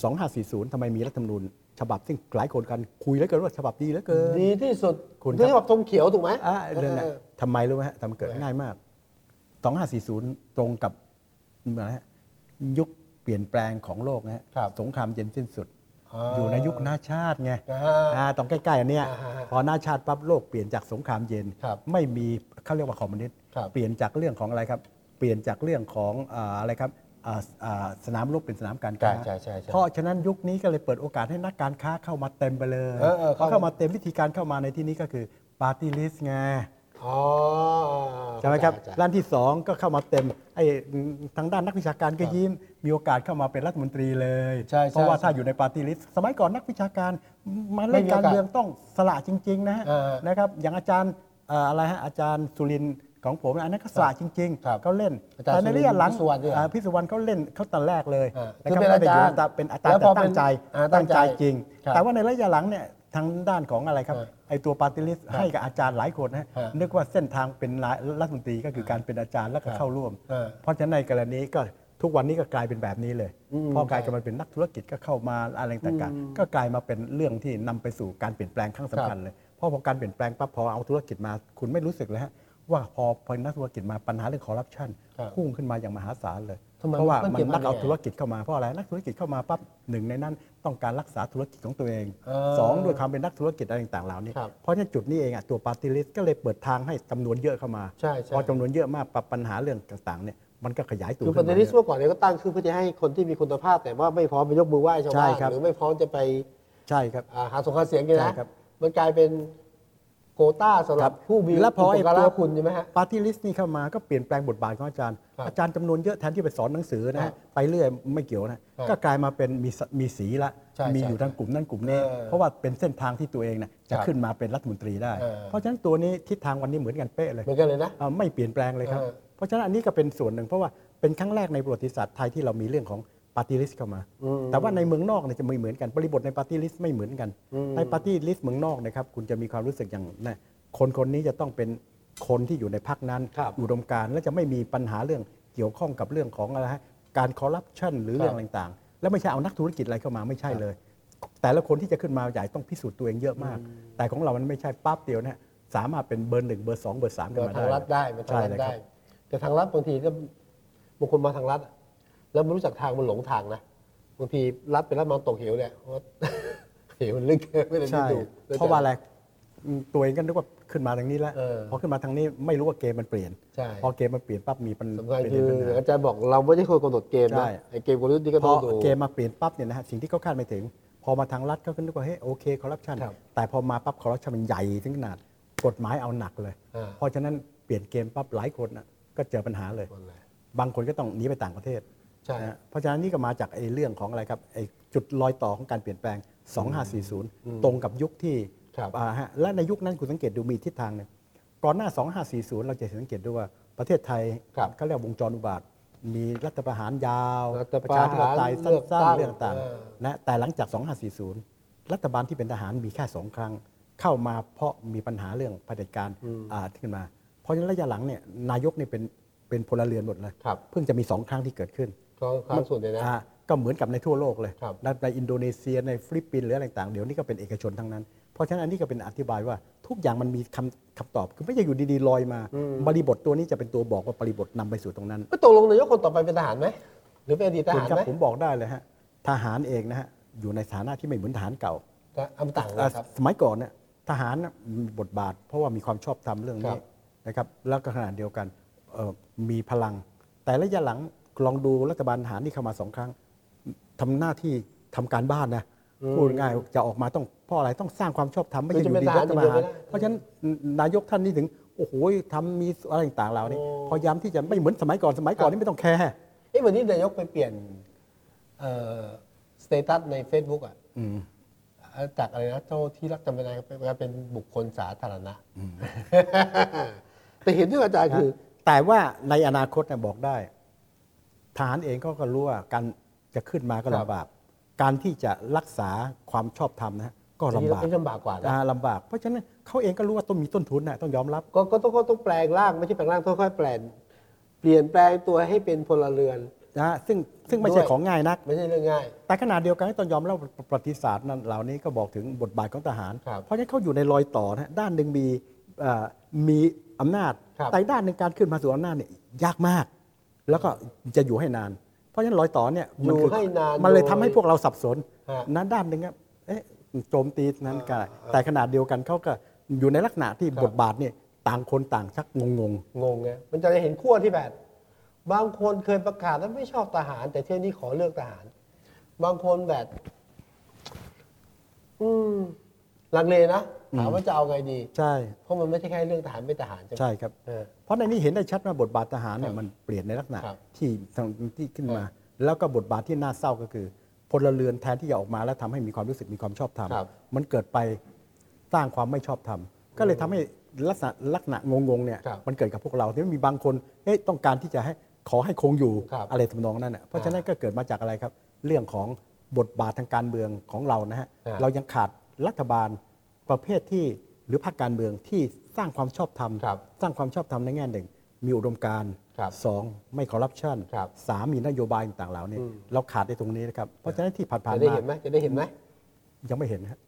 Speaker 2: 2540ทำไมมีรัฐธรรมนูญ ฉบับซึ่งหลายคนกันคุยแล้วเกินว่าฉบับดีแล้วเกิน
Speaker 1: ดีที่สุด
Speaker 2: คุณครับ
Speaker 1: ที่ฉบับทมเขียวถูกไหม
Speaker 2: อ่าเรื่องนั้น
Speaker 1: เออ
Speaker 2: ทำไมรู้ไหมฮะทำเกิดง่ายมาก 2540 ตรงกับอะไรฮะยุคเปลี่ยนแปลงของโลกนะฮะ
Speaker 1: ครับ
Speaker 2: สงครามเย็นสิ้นสุด
Speaker 1: า
Speaker 2: อยู่ในยุคหน้าชาติไง
Speaker 1: นะฮะ
Speaker 2: อ่าตรงใกล้ๆอันเนี้ย
Speaker 1: อ่าฮะ
Speaker 2: พอหน้าชาติปั๊บโลกเปลี่ยนจากสงครามเย็น
Speaker 1: ครับ
Speaker 2: ไม่มีเขาเรียกว่าคอมมิวนิสต์
Speaker 1: ครับ
Speaker 2: เปลี่ยนจากเรื่องของอะไรครับ เปลี่ยนจากเรื่องของอ่าอะไรครับอ่าอ่าสนามรบเป็นสนามการค้า
Speaker 1: ใช่ใช่ใช่ใช่
Speaker 2: เพราะฉะนั้นยุคนี้ก็เลยเปิดโอกาสให้นักการค้าเข้ามาเต็มไปเลย
Speaker 1: เออเออ
Speaker 2: พอ
Speaker 1: เข้า
Speaker 2: เข้ามาเต็มวิธีการเข้ามาในที่นี้ก็คือปาร์ตี้ลิสต์ไง
Speaker 1: อ๋อ
Speaker 2: ใช่ไหมครับ
Speaker 1: เข้าจ
Speaker 2: ร้านที่ 2 ก็เข้ามาเต็มไอ้ทางด้านนักวิชาการก็ยิ้ม มีโอกาสเข้ามาเป็นรัฐมนตรีเลย
Speaker 1: ใช่ใช่
Speaker 2: เพราะว่าถ้าอยู่ในปาร์ตี้ลิสต์สมัยก่อนนักวิชาการมาเล่น
Speaker 1: ไม่มี
Speaker 2: การ
Speaker 1: โอกาส
Speaker 2: เมืองต้องสละจริง ๆ นะฮะ
Speaker 1: เออ
Speaker 2: นะครับอย่างอาจารย์เอ่ออะไรฮะอาจารย์สุรินทร์ของผมอันนั้นก็สละจริง
Speaker 1: ครับ
Speaker 2: ๆเขาเล่น
Speaker 1: อาจารย์
Speaker 2: แต่ในระยะหลัง
Speaker 1: สุรินทร์พิสุวรรณด้วยเหรอ
Speaker 2: อ่าพิสุวรรณเขาเล่นเขาแต่แรกเลย
Speaker 1: อ่า
Speaker 2: นะ
Speaker 1: คือเป็นอาจารย์
Speaker 2: ไม่ได้เป็นอาจารย์
Speaker 1: แล้วพอ
Speaker 2: แต่
Speaker 1: เป็
Speaker 2: ตั้
Speaker 1: น
Speaker 2: งใจ
Speaker 1: อ่าตั้
Speaker 2: ตั้
Speaker 1: ง
Speaker 2: ง
Speaker 1: ใจ
Speaker 2: ใจจริง
Speaker 1: ครับ
Speaker 2: แต่ว่าในระยะหลังเนี่ยทางด้านของอะไรครับ
Speaker 1: เออ
Speaker 2: ไอตัวปาร์ตี้ลิสต์ให้กับอาจารย์หลายคนนะฮะ
Speaker 1: ฮะ
Speaker 2: นึกว่าเส้นทางเป็นนายรัฐมนตรีก็คือการเป็นอาจารย์แล้วก็เข้าร่วม
Speaker 1: เออ
Speaker 2: เพราะฉะนั้นในกรณีก็ทุกวันนี้ก็กลายเป็นแบบนี้เลย
Speaker 1: อืม
Speaker 2: พอกลายกันมาเป็นนักธุรกิจก็เข้ามาอะไรต่างๆก็กลายมาเป็นเรื่องที่นำไปสู่การเปลี่ยนแปลงครั้งสำคัญเลยเพราะพอการเปลี่ยนแปลงปั๊บพอเอาธุรกิจมา คุณไม่รู้สึกเลยฮะว่าพอพอนักธุรกิจมาปัญหาเรื่องคอร์รัปชัน
Speaker 1: ครับ
Speaker 2: พุ่งขึ้นมาอย่างมหาศาลเลย
Speaker 1: ทำไม
Speaker 2: เพราะว่า
Speaker 1: มัน
Speaker 2: มัน
Speaker 1: เกี่ยว
Speaker 2: นักเอา
Speaker 1: ได้ไง
Speaker 2: ธุรกิจเข้ามาเพราะอะไรนักธุรกิจเข้ามาปั๊บหนึ่งในนั้นต้องการรักษาธุรกิจของตัวเอง
Speaker 1: เออ
Speaker 2: สองด้วยความเป็นนักธุรกิจอะไรต่างๆเหล่านี้
Speaker 1: ครับ
Speaker 2: เพราะฉะนั้นจุดนี้เองอ่ะตัวปาร์ตี้ลิสก็เลยเปิดทางให้จำนวนเยอะเข้ามา
Speaker 1: ใช่ใช่
Speaker 2: พอจำนวนเยอะมากปรับปัญหาเรื่องต่างๆเนี่ยมันก็ขยายตัว
Speaker 1: คือป
Speaker 2: ขึ้น
Speaker 1: ฏิ
Speaker 2: มา
Speaker 1: ริ
Speaker 2: เรื่
Speaker 1: ษี
Speaker 2: อย
Speaker 1: เมื่อก่อนเนี่ยก็ตั้งขึ้นเพื่อจะให้คนที่มีคุณภาพแต่ว่าไม่พร้อมไปยกมือไหว้ชาวบ้าน
Speaker 2: ใช่ครับ
Speaker 1: หรือไม่พร้อมจะไป
Speaker 2: ๆใช่ครับ
Speaker 1: อ่าหาสงครามเสียงกัน
Speaker 2: ใช่
Speaker 1: นะครับ มันกลายเป็นโควต้าสำหรับผู้มี
Speaker 2: และพอไอ้
Speaker 1: กา
Speaker 2: ตั
Speaker 1: ร
Speaker 2: ว
Speaker 1: คุณใช่ไหมฮะ
Speaker 2: ปาร์ตี้ลิสต์นี่เข้ามาก็เปลี่ยนแปลงบทบาทของอาจารย์
Speaker 1: ครับ
Speaker 2: อาจารย์จำนวนเยอะแทนที่ไปสอนหนังสือนะ
Speaker 1: ครั
Speaker 2: ฮะ
Speaker 1: บ
Speaker 2: ไปเรื่อยไม่เกี่ยวนะ
Speaker 1: ครับ
Speaker 2: ก็กลายมาเป็นมีสมีสีละ
Speaker 1: ใช่
Speaker 2: มี
Speaker 1: ใช่
Speaker 2: อยู่ทั้งกลุ่มนั่นกลุ่มนี้
Speaker 1: เออ
Speaker 2: เพราะว่าเป็นเส้นทางที่ตัวเองนะจะ
Speaker 1: ครับ
Speaker 2: ขึ้นมาเป็นรัฐมนตรีได้
Speaker 1: เออ
Speaker 2: เพราะฉะนั้นตัวนี้ทิศทางวันนี้เหมือนกันเป๊ะเลย
Speaker 1: เหมือนกันเลยนะ
Speaker 2: อ่าไม่เปลี่ยนแปลงเลยครับ
Speaker 1: เออ
Speaker 2: เพราะฉะนั้นอันนี้ก็เป็นส่วนหนึ่งเพราะว่าเป็นครั้งแรกในประวัติศาสตร์ไทยที่เรามีเรื่องของปาร์ตี้ลิสเข้ามา
Speaker 1: อืม
Speaker 2: แต่ว่าในเมืองนอกเนี่ยจะไม่เหมือนกัน บริบทในปาร์ตี้ลิสไม่เหมือนกัน
Speaker 1: อืม
Speaker 2: ในปาร์ตี้ลิสเมืองนอกนะครับคุณจะมีความรู้สึกอย่างนะคนคนนี้จะต้องเป็นคนที่อยู่ในพรรคนั้น
Speaker 1: ครับ
Speaker 2: อุดมการณ์และจะไม่มีปัญหาเรื่องเกี่ยวข้องกับเรื่องของอะไรฮะการคอร์รัปชันหรือ
Speaker 1: ครับ
Speaker 2: เรื่องอะไรต่างๆ แล้วไม่ใช่เอานักธุรกิจอะไรเข้ามาไม่ใช่เลย แต่ละคนที่จะขึ้นมาใหญ่ต้องพิสูจน์ตัวเองเยอะมาก แต่ของเรามันไม่ใช่ปั๊บเดียวนะฮะสามารถเป็นเบอร์หนึ่งเบอร์สองเบอร์สามกัน
Speaker 1: มา
Speaker 2: มา
Speaker 1: ทา
Speaker 2: ได้
Speaker 1: งรัฐได้มาทางรัฐ
Speaker 2: ใช่เลยครั
Speaker 1: ได้
Speaker 2: บ
Speaker 1: แต่ทางรัฐบางทีก็บางคนมาทางรัฐอะแล้วไม่รู้จักทางมันหลงทางนะบางทีรัฐเป็นรัฐมองตกเหวเนี่ยเพราะว่า เหวมันลึกไม่ได้
Speaker 2: ใช่
Speaker 1: ดูลย
Speaker 2: เพราะว่าอะไรอืมตัวเองก็นึกว่าขึ้นมาทางนี้แล้ว
Speaker 1: เออ
Speaker 2: พอขึ้นมาทางนี้ไม่รู้ว่าเกมมันเปลี่ยน
Speaker 1: ใช่
Speaker 2: พอเกมมันเปลี่ยนปั๊บมีปัญ
Speaker 1: สำคัญ
Speaker 2: เป็น
Speaker 1: คือ
Speaker 2: ปัญหา
Speaker 1: อาจารย์บอกเราไม่ได้ควรกำหนดเกม
Speaker 2: ใช่
Speaker 1: นะไอ้เกมกลยุทธ์นี่ก็
Speaker 2: พ
Speaker 1: ต้
Speaker 2: อ
Speaker 1: องดู
Speaker 2: เกมมาเปลี่ยนปั๊บเนี่ยนะฮะสิ่งที่เขาคาดไม่ถึง พอมาทางรัฐก็นึกว่าเฮ้ยโอเคคอร์รัปชัน
Speaker 1: ครับ
Speaker 2: แต่พอมาปั๊บคอร์รัปชันมันใหญ่ถึงขนาดกฎหมายเอาหนักเลย
Speaker 1: อ่า
Speaker 2: เพราะฉะนั้นเปลี่ยนเกมปั๊บหลายคนน่ะก็เจอปัญหาเลย
Speaker 1: หมดเลย
Speaker 2: บางคนก็ต้องหนีไปต่างประเทศ
Speaker 1: ใช่
Speaker 2: นะฮะเพราะฉะนั้นนี่ก็มาจากไอ้เรื่องของอะไรครับไอ้จุดรอยต่อของการเปลี่ยนแปลง 2540 ตรงกับยุคที่
Speaker 1: ครับ
Speaker 2: อ่าฮะและในยุคนั้นคุณสังเกตดูมีทิศทางหนึ่งก่อนหน้า 2540 เราจะสังเกตด้วยว่าประเทศไทย
Speaker 1: ครับ
Speaker 2: เขาเรียกวงจรอุบาท มีรัฐประหารยาว
Speaker 1: รัฐประหาร
Speaker 2: ชาธิปไตยสั
Speaker 1: เลือก้
Speaker 2: น
Speaker 1: ตั้ง
Speaker 2: ๆเรื่องต่าง
Speaker 1: เออ
Speaker 2: ๆนะแต่หลังจาก 2540 รัฐบาลที่เป็นทหารมีแค่สองครั้ง เข้ามาเพราะมีปัญหาเรื่องเผด็จการอ่าขึ้นมา เพราะฉะนั้นระยะหลังเนี่ยนายกเนี่ยเป็นเป็นพลเรือนหมดเลย
Speaker 1: ครับ
Speaker 2: เพิ่งจะมีสองครั้งที่เกิดขึ้น
Speaker 1: ก็ครั้งส่วนเลยนะ
Speaker 2: อ่าก็เหมือนกับในทั่วโลกเลย
Speaker 1: ครับ
Speaker 2: ในในอินโดนีเซียในฟิลิปปินส์หรืออะไรต่าง เดี๋ยวนี้ก็เป็นเอกชนทั้งนั้น เพราะฉะนั้นอันนี้ก็เป็นอธิบายว่าทุกอย่างมันมีคำคำตอบ คือไม่ใช่อยู่ดีๆลอยมา
Speaker 1: อืม
Speaker 2: บริบทตัวนี้จะเป็นตัวบอกว่าบริบทนำไปสู่ตรงนั้น
Speaker 1: ก็ตกลงนายกคนต่อไปเป็นทหารไหมหรือเป็นอดีตท
Speaker 2: คุณ
Speaker 1: หาร
Speaker 2: ครับ
Speaker 1: ไหม
Speaker 2: ผมบอกได้เลยฮะทหารเองนะฮะอยู่ในฐานะที่ไม่เหมือนทหารเก่า
Speaker 1: จะอำต่างนะครับ
Speaker 2: สมัยก่อนเนี่ยทหารน่ะมีบทบาท เพราะว่ามีความชอบธรรมเรื่อง
Speaker 1: ครั
Speaker 2: นี้
Speaker 1: บ
Speaker 2: นะครับแล้วก็ขนาดเดียวกันเอ่อมีพลัง แต่ระยะหลังลองดูรัฐบาลทหารที่เข้ามาสองครั้งทำหน้าที่ทำการบ้านนะพูดง่ายๆจะออกมาต้องเพราะอะไรต้องสร้างความชอบธรรมไม่
Speaker 1: คือ
Speaker 2: ใช่อ
Speaker 1: จะ
Speaker 2: ยู่
Speaker 1: เป็น
Speaker 2: ดี
Speaker 1: ทหาร
Speaker 2: รัฐประ
Speaker 1: อ
Speaker 2: หาร
Speaker 1: ย่างเดียวไม่ได้
Speaker 2: เพราะฉะนั้นนายกท่านนี่ถึงโอ้โหทำมีอะไรต่างๆเหล่านี้
Speaker 1: โอ้
Speaker 2: พยายามที่จะไม่เหมือนสมัยก่อนสมัยก่อนนี่ไม่ต้องแคร์
Speaker 1: เอ้วันนี้นายกไปเปลี่ยนสเตตัสใน Facebook อ่ะจากอะไรนะเจ้าที่รักจำเป็นอะไรครับเป็นบุคคลสาธารณะ แต่เห็นด้วยกับอาจารย์คือ
Speaker 2: แต่ว่าในอนาคตเนี่ยบอกได้ทหารเองเขาก็รู้ว่าการจะขึ้นมา
Speaker 1: ค
Speaker 2: ก็
Speaker 1: รับ
Speaker 2: ลำบาก การที่จะรักษาความชอบธรรมนะฮะก็
Speaker 1: ที่
Speaker 2: ลำบาก
Speaker 1: เรื่องลำบากกว่านะ
Speaker 2: อ่าลำบาก เพราะฉะนั้นเขาเองก็รู้ว่าต้องมีต้นทุนนะต้องยอมรับ
Speaker 1: ก็ก็ต้องก็ต้องแปลงร่างไม่ใช่แปลงร่างค่อยๆแปลงเปลี่ยนแปลงตัวให้เป็นพลเรือน
Speaker 2: นะฮะซึ่งซึ่งไม่ใช่
Speaker 1: ด้วย
Speaker 2: ของง่ายนัก
Speaker 1: ไม่ใช่เรื่องง่าย
Speaker 2: แต่ขณะเดียวกันก็ต้องยอมรับว่าประวัติศาสตร์นั้นเหล่านี้ก็บอกถึงบทบาทของทหาร
Speaker 1: ครับ
Speaker 2: เพราะฉะนั้นเขาอยู่ในรอยต่อนะฮะด้านหนึ่งมี เอ่อมีอำนาจ
Speaker 1: ครับ
Speaker 2: ไต่ด้านในการขึ้นมาสู่อำนาจเนี่ยยากมาก แล้วก็จะอยู่ให้นาน เพราะฉะนั้นรอยต่อเนี่ย
Speaker 1: อ
Speaker 2: มั
Speaker 1: ยู่
Speaker 2: คื
Speaker 1: ให้นาน
Speaker 2: มันเลย
Speaker 1: โด
Speaker 2: ทำให้พวกเราสับสน
Speaker 1: ฮะ
Speaker 2: นั้นด้านหนึ่งครับเอ๊ะโจมตีนั้นก็ได้
Speaker 1: อ่า
Speaker 2: แต่ขนาดเดียวกันเขาก็อยู่ในลักษณะที่บทบาทเนี่ยต่างคนต่างชักงง
Speaker 1: งงไงมันจะได้เห็นขั้วที่แบบบางคนเคยประกาศว่าไม่ชอบทหาร แต่เที่ยวนี้ขอเลือกทหาร บางคนแบบ อืมลังเลนะถามว่าจะเอาไงดี
Speaker 2: ๆใช่
Speaker 1: เพราะมันไม่ใช่แค่เรื่องทหารไม่ทหารใช่ไหม
Speaker 2: ใช่ครับ
Speaker 1: เออ
Speaker 2: เพราะในนี้เห็นได้ชัดว่าบทบาททหารเนี่
Speaker 1: ค
Speaker 2: ย
Speaker 1: รับ
Speaker 2: มันเปลี่ยนในลักษณะ
Speaker 1: ครับ
Speaker 2: ที่ทางที่ขึ้นมา
Speaker 1: ครับ
Speaker 2: แล้วก็บทบาทที่น่าเศร้าก็คือพลเรือนแทนที่จะออกมาแล้วทำให้มีความรู้สึกมีความชอบธรรม
Speaker 1: ครับ
Speaker 2: มันเกิดไปสร้างความไม่ชอบธรรมก็เลยทำให้ลักษณะลักษณะงงๆเนี่ย
Speaker 1: ครับ
Speaker 2: มันเกิดกับพวกเราที่มีบางคนเอ๊ะต้องการที่จะให้ขอให้คงอยู่
Speaker 1: ครับ
Speaker 2: อะไรทำนองนั้นน่ะเพราะฉะนั้นก็เกิดมาจากอะไรครับ เรื่องของบทบาททางการเมืองของเรานะฮะ
Speaker 1: ครับ
Speaker 2: เรายังขาดรัฐบาลประเภทที่หรือพรรคการเมืองที่สร้างความชอบธรรม
Speaker 1: ครับ
Speaker 2: สร้างความชอบธรรมในแง่หนึ่ง มีอุดมการณ์
Speaker 1: ครับ
Speaker 2: สองไม่คอร์รัปชัน
Speaker 1: ครับ
Speaker 2: สามมีนโยบายต่างๆเหล่านี้
Speaker 1: อืม
Speaker 2: เราขาดในตรงนี้นะครับ เพราะฉะนั้นที่ผ่าน
Speaker 1: จะ
Speaker 2: ๆ
Speaker 1: ได้
Speaker 2: มา
Speaker 1: เห็นไหมจะได้เห็นไหม
Speaker 2: ยังไม่เห็นนะครับ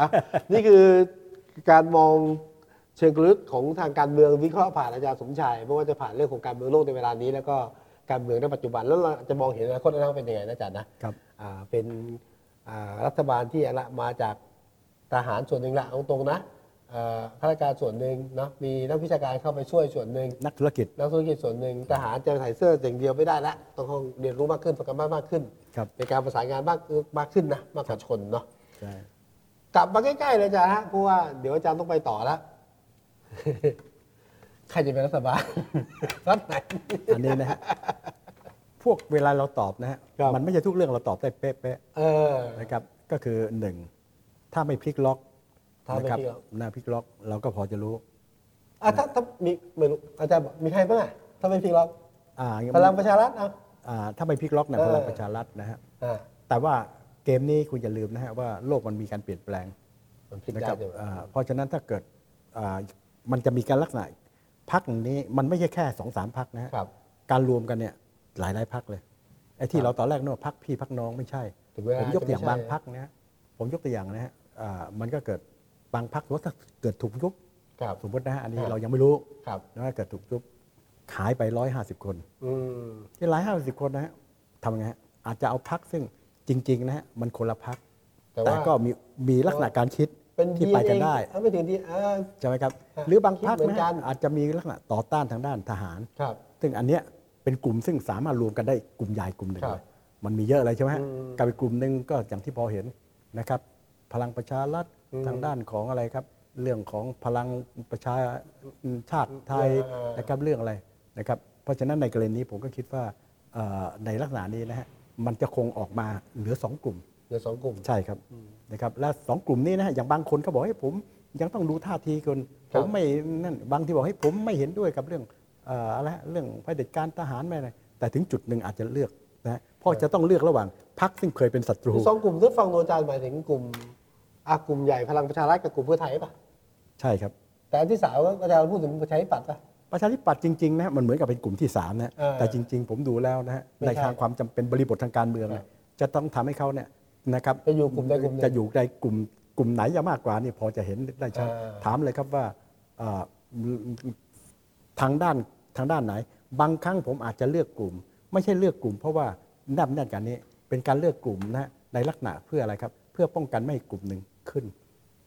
Speaker 1: อ่ะนี่คือการมองเชิงลึกของทางการเมืองวิเคราะห์ผ่านอาจารย์สมชายไม่ว่าจะผ่านเรื่องของการเมืองโลกในเวลานี้ แล้วก็การเมืองในปัจจุบันแล้วเราจะมองเห็นอนาคตอนาคตเป็นยังไงนะอาจารย์นะครับ อ่าเป็นอ่ารัฐบาลที่เอาละมาจากทหารส่วนหนึ่งละเอาตรงนะเอ่อข้าราชการส่วนหนึ่งเนาะมีนักวิชาการเข้าไปช่วยส่วนหนึ่ง
Speaker 2: นักธุรกิจ
Speaker 1: นักธุรกิจส่วนหนึ่งทหารจะใส่เสื้ออย่างเดียวไม่ได้ละต้องเรียนรู้มากขึ้นประกันมากมากขึ้น
Speaker 2: ครับ
Speaker 1: เป็นการประสานงานมากมากขึ้นนะมากกว่าชนเนาะ
Speaker 2: ใช่
Speaker 1: กลับมาใกล้ๆเลยอาจารย์ฮะเพราะว่าเดี๋ยวอาจารย์ต้องไปต่อแล้ว ใครจะเป็นรัฐบาล รัฐไหน
Speaker 2: อันนี้นะฮะ พวกเวลาเราตอบนะฮะ
Speaker 1: ครับ
Speaker 2: มันไม่ใช่ทุกเรื่องเราตอบได้เป๊ะ
Speaker 1: เออ
Speaker 2: ๆนะครับ ก็คือหนึ่งถ้าไม่พลิกล็อก
Speaker 1: ถ้าไม่
Speaker 2: นะครั
Speaker 1: พลิกล็อก
Speaker 2: หน้าพลิกล็อกเราก็พอจะรู้
Speaker 1: อ่ะถ้าถ้ามีไม่รู้อาจารย์บอกมีใครบ้างอ่ะถ้าไม่พลิกล็อก
Speaker 2: อ่า
Speaker 1: พลังประชารัฐเอา
Speaker 2: อ่าถ้าไม่พลิกล็อกนะ
Speaker 1: เออ
Speaker 2: พลังประชารัฐนะฮะ
Speaker 1: อ่ะ
Speaker 2: แต่ว่าเกมนี้คุณอย่าลืมนะฮะว่าโลกมันมีการเปลี่ยนแปลง
Speaker 1: มันพลิก
Speaker 2: นะ
Speaker 1: ได้
Speaker 2: ครับ
Speaker 1: ใช่ไหม
Speaker 2: อ่าเพราะฉะนั้นถ้าเกิดอ่ามันจะมีการลักษณะพักนี้มันไม่ใช่แค่สองสามพักนะฮะ
Speaker 1: ครับ
Speaker 2: การรวมกันเนี่ยหลายหลายพักเลยไอ้ที่เราตอนแรกนึกว่าพักพี่พักน้องไม่ใช่
Speaker 1: ถึงเวลา
Speaker 2: ผมยกตัวอย่าง
Speaker 1: จะไม่ใช่
Speaker 2: บางพักนะฮะผมยกตัวอย่างนะฮะอ่ามันก็เกิดบางพักว่าถ้าเกิดถูกยุบ
Speaker 1: ครับ
Speaker 2: สมมตินะฮะอันนี้
Speaker 1: ครับ
Speaker 2: เรายังไม่รู้
Speaker 1: ครับ
Speaker 2: นะว่าเกิดถูกยุบขายไปร้อยห้าสิบคน
Speaker 1: อืม
Speaker 2: ที่ร้อยห้าสิบคนนะฮะทำยังไงฮะอาจจะเอาพักซึ่งจริงๆนะฮะมันคนละพัก
Speaker 1: แต่ว่า
Speaker 2: แต่ก็มีมีลักษณะการคิด
Speaker 1: เป็น
Speaker 2: ที่ไปกันได้
Speaker 1: ถ้าไม่ถึงที่อ่า
Speaker 2: ใช่ไหมครับ
Speaker 1: ฮะ
Speaker 2: หรือบางพรรค
Speaker 1: คิดเหมือน
Speaker 2: นะ
Speaker 1: กั
Speaker 2: ฮะ
Speaker 1: น
Speaker 2: อาจจะมีลักษณะต่อต้านทางด้านทหาร
Speaker 1: ครับ
Speaker 2: ซึ่งอันเนี้ยเป็นกลุ่มซึ่งสามารถรวมกันได้กลุ่มใหญ่กลุ่มหนึ่ง
Speaker 1: ครับ
Speaker 2: เลยมันมีเยอะเลยใช่ไหมฮะ
Speaker 1: อืม
Speaker 2: กลายเป็นกลุ่มหนึ่งก็อย่างที่พอเห็นนะครับ พลังประชารัฐ
Speaker 1: อืม
Speaker 2: ทางด้านของอะไรครับ เรื่องของพลังประชาชาติไทย
Speaker 1: เออ
Speaker 2: นะครับเรื่องอะไรนะครับ เพราะฉะนั้นในกรณีนี้ผมก็คิดว่าเอ่อในลักษณะนี้นะฮะมันจะคงออกมาเหลือสองกลุ่ม
Speaker 1: เหลือสองกลุ่ม
Speaker 2: ใช่ครับนะครับและสองกลุ่มนี้นะฮะอย่างบางคนก็บอกให้ผมยังต้องดูท่าทีคน
Speaker 1: ค
Speaker 2: ผ
Speaker 1: รับ
Speaker 2: มไม่นั่นบางที่บอกให้ผมไม่เห็นด้วยกับเรื่องเอ่ออะไรฮะเรื่องเผด็จการทหารไม่อะไรแต่ถึงจุดหนึ่งอาจจะเลือกนะฮะเพราะจะต้องเลือกระหว่างพรรคซึ่งเคยเป็นศัตรู
Speaker 1: คือสองกลุ่มที่ฟังโดยอาจารย์หมายถึงกลุ่มอ่ะกลุ่มใหญ่พลังประชารัฐกับกลุ่มเพื่อไทยป่ะ
Speaker 2: ใช่ครับ
Speaker 1: แต่อันที่สามอาจารย์พูดถึงประชาธิปัตย์ป่ะ
Speaker 2: ประชาธิปัตย์จริงๆนะฮะมันเหมือนกับเป็นกลุ่มที่สามนะฮะ
Speaker 1: เออ
Speaker 2: แต่จริง ๆ ผมดูแล้วนะฮะ
Speaker 1: ไม่
Speaker 2: ใน
Speaker 1: ใช่
Speaker 2: ทางความจำเป็นบริบททางการเมืองเนี่ยจะต้องทำให้เขาเนี่ยนะครับ
Speaker 1: จะอยู่กลุ่มใดกลุ่มหนึ่ง
Speaker 2: จะอยู่ในกลุ่มกลุ่มไหนจะมากกว่านี่พอจะเห็นได้ชัด
Speaker 1: เออ
Speaker 2: ถามเลยครับว่าเอ่อทางด้านทางด้านไหน บางครั้งผมอาจจะเลือกกลุ่ม ไม่ใช่เลือกกลุ่ม เพราะว่าแนบแน่นกันนี้เป็นการเลือกกลุ่มนะฮะในลักษณะเพื่ออะไรครับ เพื่อป้องกันไม่ให้กลุ่มหนึ่งขึ้น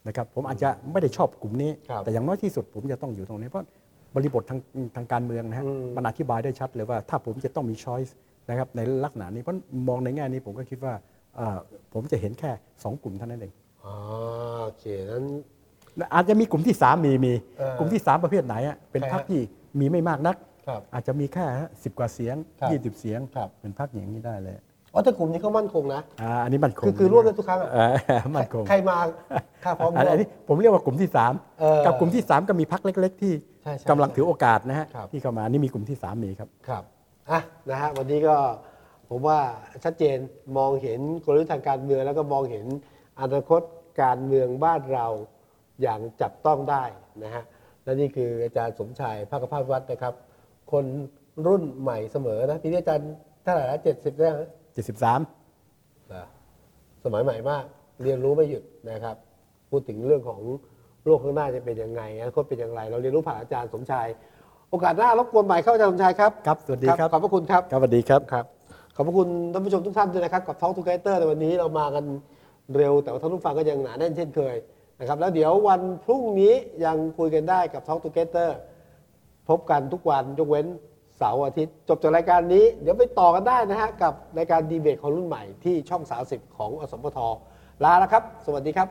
Speaker 2: นะครับ ผมอาจจะไม่ได้ชอบกลุ่มนี้
Speaker 1: ครับ
Speaker 2: แต่อย่างน้อยที่สุดผมจะต้องอยู่ตรงนี้เพราะบริบททางทางการเมืองนะฮะ
Speaker 1: อืม
Speaker 2: มันอธิบายได้ชัดเลยว่าถ้าผมจะต้องมีช้อยส์นะครับในลักษณะนี้เพราะมองในแง่นี้ผมก็คิดว่าเอ่อผมจะเห็นแค่ 2 กลุ่มเท่านั้นเอง
Speaker 1: อ๋อโอเคนั้น
Speaker 2: และอาจจะมีกลุ่มที่ 3 มีมี
Speaker 1: เออก
Speaker 2: ลุ่มที่ 3 ประเภทไหนอะเป็น
Speaker 1: ใครฮะ
Speaker 2: พรรคที่มีไม่มากนัก
Speaker 1: ครับ
Speaker 2: อาจจะมีแค่สิบกว่าเสียง
Speaker 1: ครับ
Speaker 2: 20 เสียง
Speaker 1: ครับ
Speaker 2: เป็นพรรคอย่างนี้ได้เลย
Speaker 1: อ๋อแต่กลุ่มนี้เขามั่นคงนะ
Speaker 2: อ่าอันนี้มันคง
Speaker 1: คือคือร่วมกันทุกครั้งอะ
Speaker 2: เอ อมันคง
Speaker 1: ใครมาข้าพร้อม
Speaker 2: อันอันนี้ผมเรียกว่ากลุ่มที่สาม
Speaker 1: เออ
Speaker 2: กับกลุ่มที่สามก็มีพรรคเล็ก ๆ ที่
Speaker 1: ใช่ใช่
Speaker 2: กำลังถือโอกาสนะฮะ
Speaker 1: ครับ
Speaker 2: ที่เข้ามานี่มีกลุ่มที่สามมีครับ
Speaker 1: ครับอ่ะนะฮะวันนี้ก็ผมว่าชัดเจนมองเห็นกลยุทธ์ทางการเมืองแล้วก็มองเห็นอนาคตการเมืองบ้านเราอย่างจับต้องได้นะฮะและนี่คืออาจารย์สมชายภาคภาพวัดนะครับ คนรุ่นใหม่เสมอนะพี่อาจารย์เท่าไหร่ละเจ็ดสิบแล้ว
Speaker 2: 73
Speaker 1: นะสมัยใหม่มาก เรียนรู้ไม่หยุดนะครับ พูดถึงเรื่องของ โลกข้างหน้าจะเป็นยังไงอนาคตเป็นอย่างไร เราเรียนรู้ผ่านอาจารย์สมชาย โอกาสหน้ารบกวนใหม่ครับอาจารย์สมชายครับ
Speaker 2: ครับสวัสดีครับ
Speaker 1: ขอบพระคุณครับ
Speaker 2: ครับสวัสดีครับ
Speaker 1: ครับขอบพระคุณท่านผู้ชมทุกท่านด้วยนะครับกับท็อกทูเกเตอร์ในวันนี้เรามากันเร็ว แต่ว่าท่านผู้ฟังก็ยังหนาแน่นเช่นเคยนะครับแล้วเดี๋ยววันพรุ่งนี้ยังคุยกันได้กับท็อกทูเกเตอร์พบกันทุกวันยกเว้นเสาร์อาทิตย์ จบจากรายการนี้ เดี๋ยวไปต่อกันได้นะฮะกับรายการดีเบตของรุ่นใหม่ที่ช่อง 30 ของอสมทลาแล้วครับ สวัสดีครับ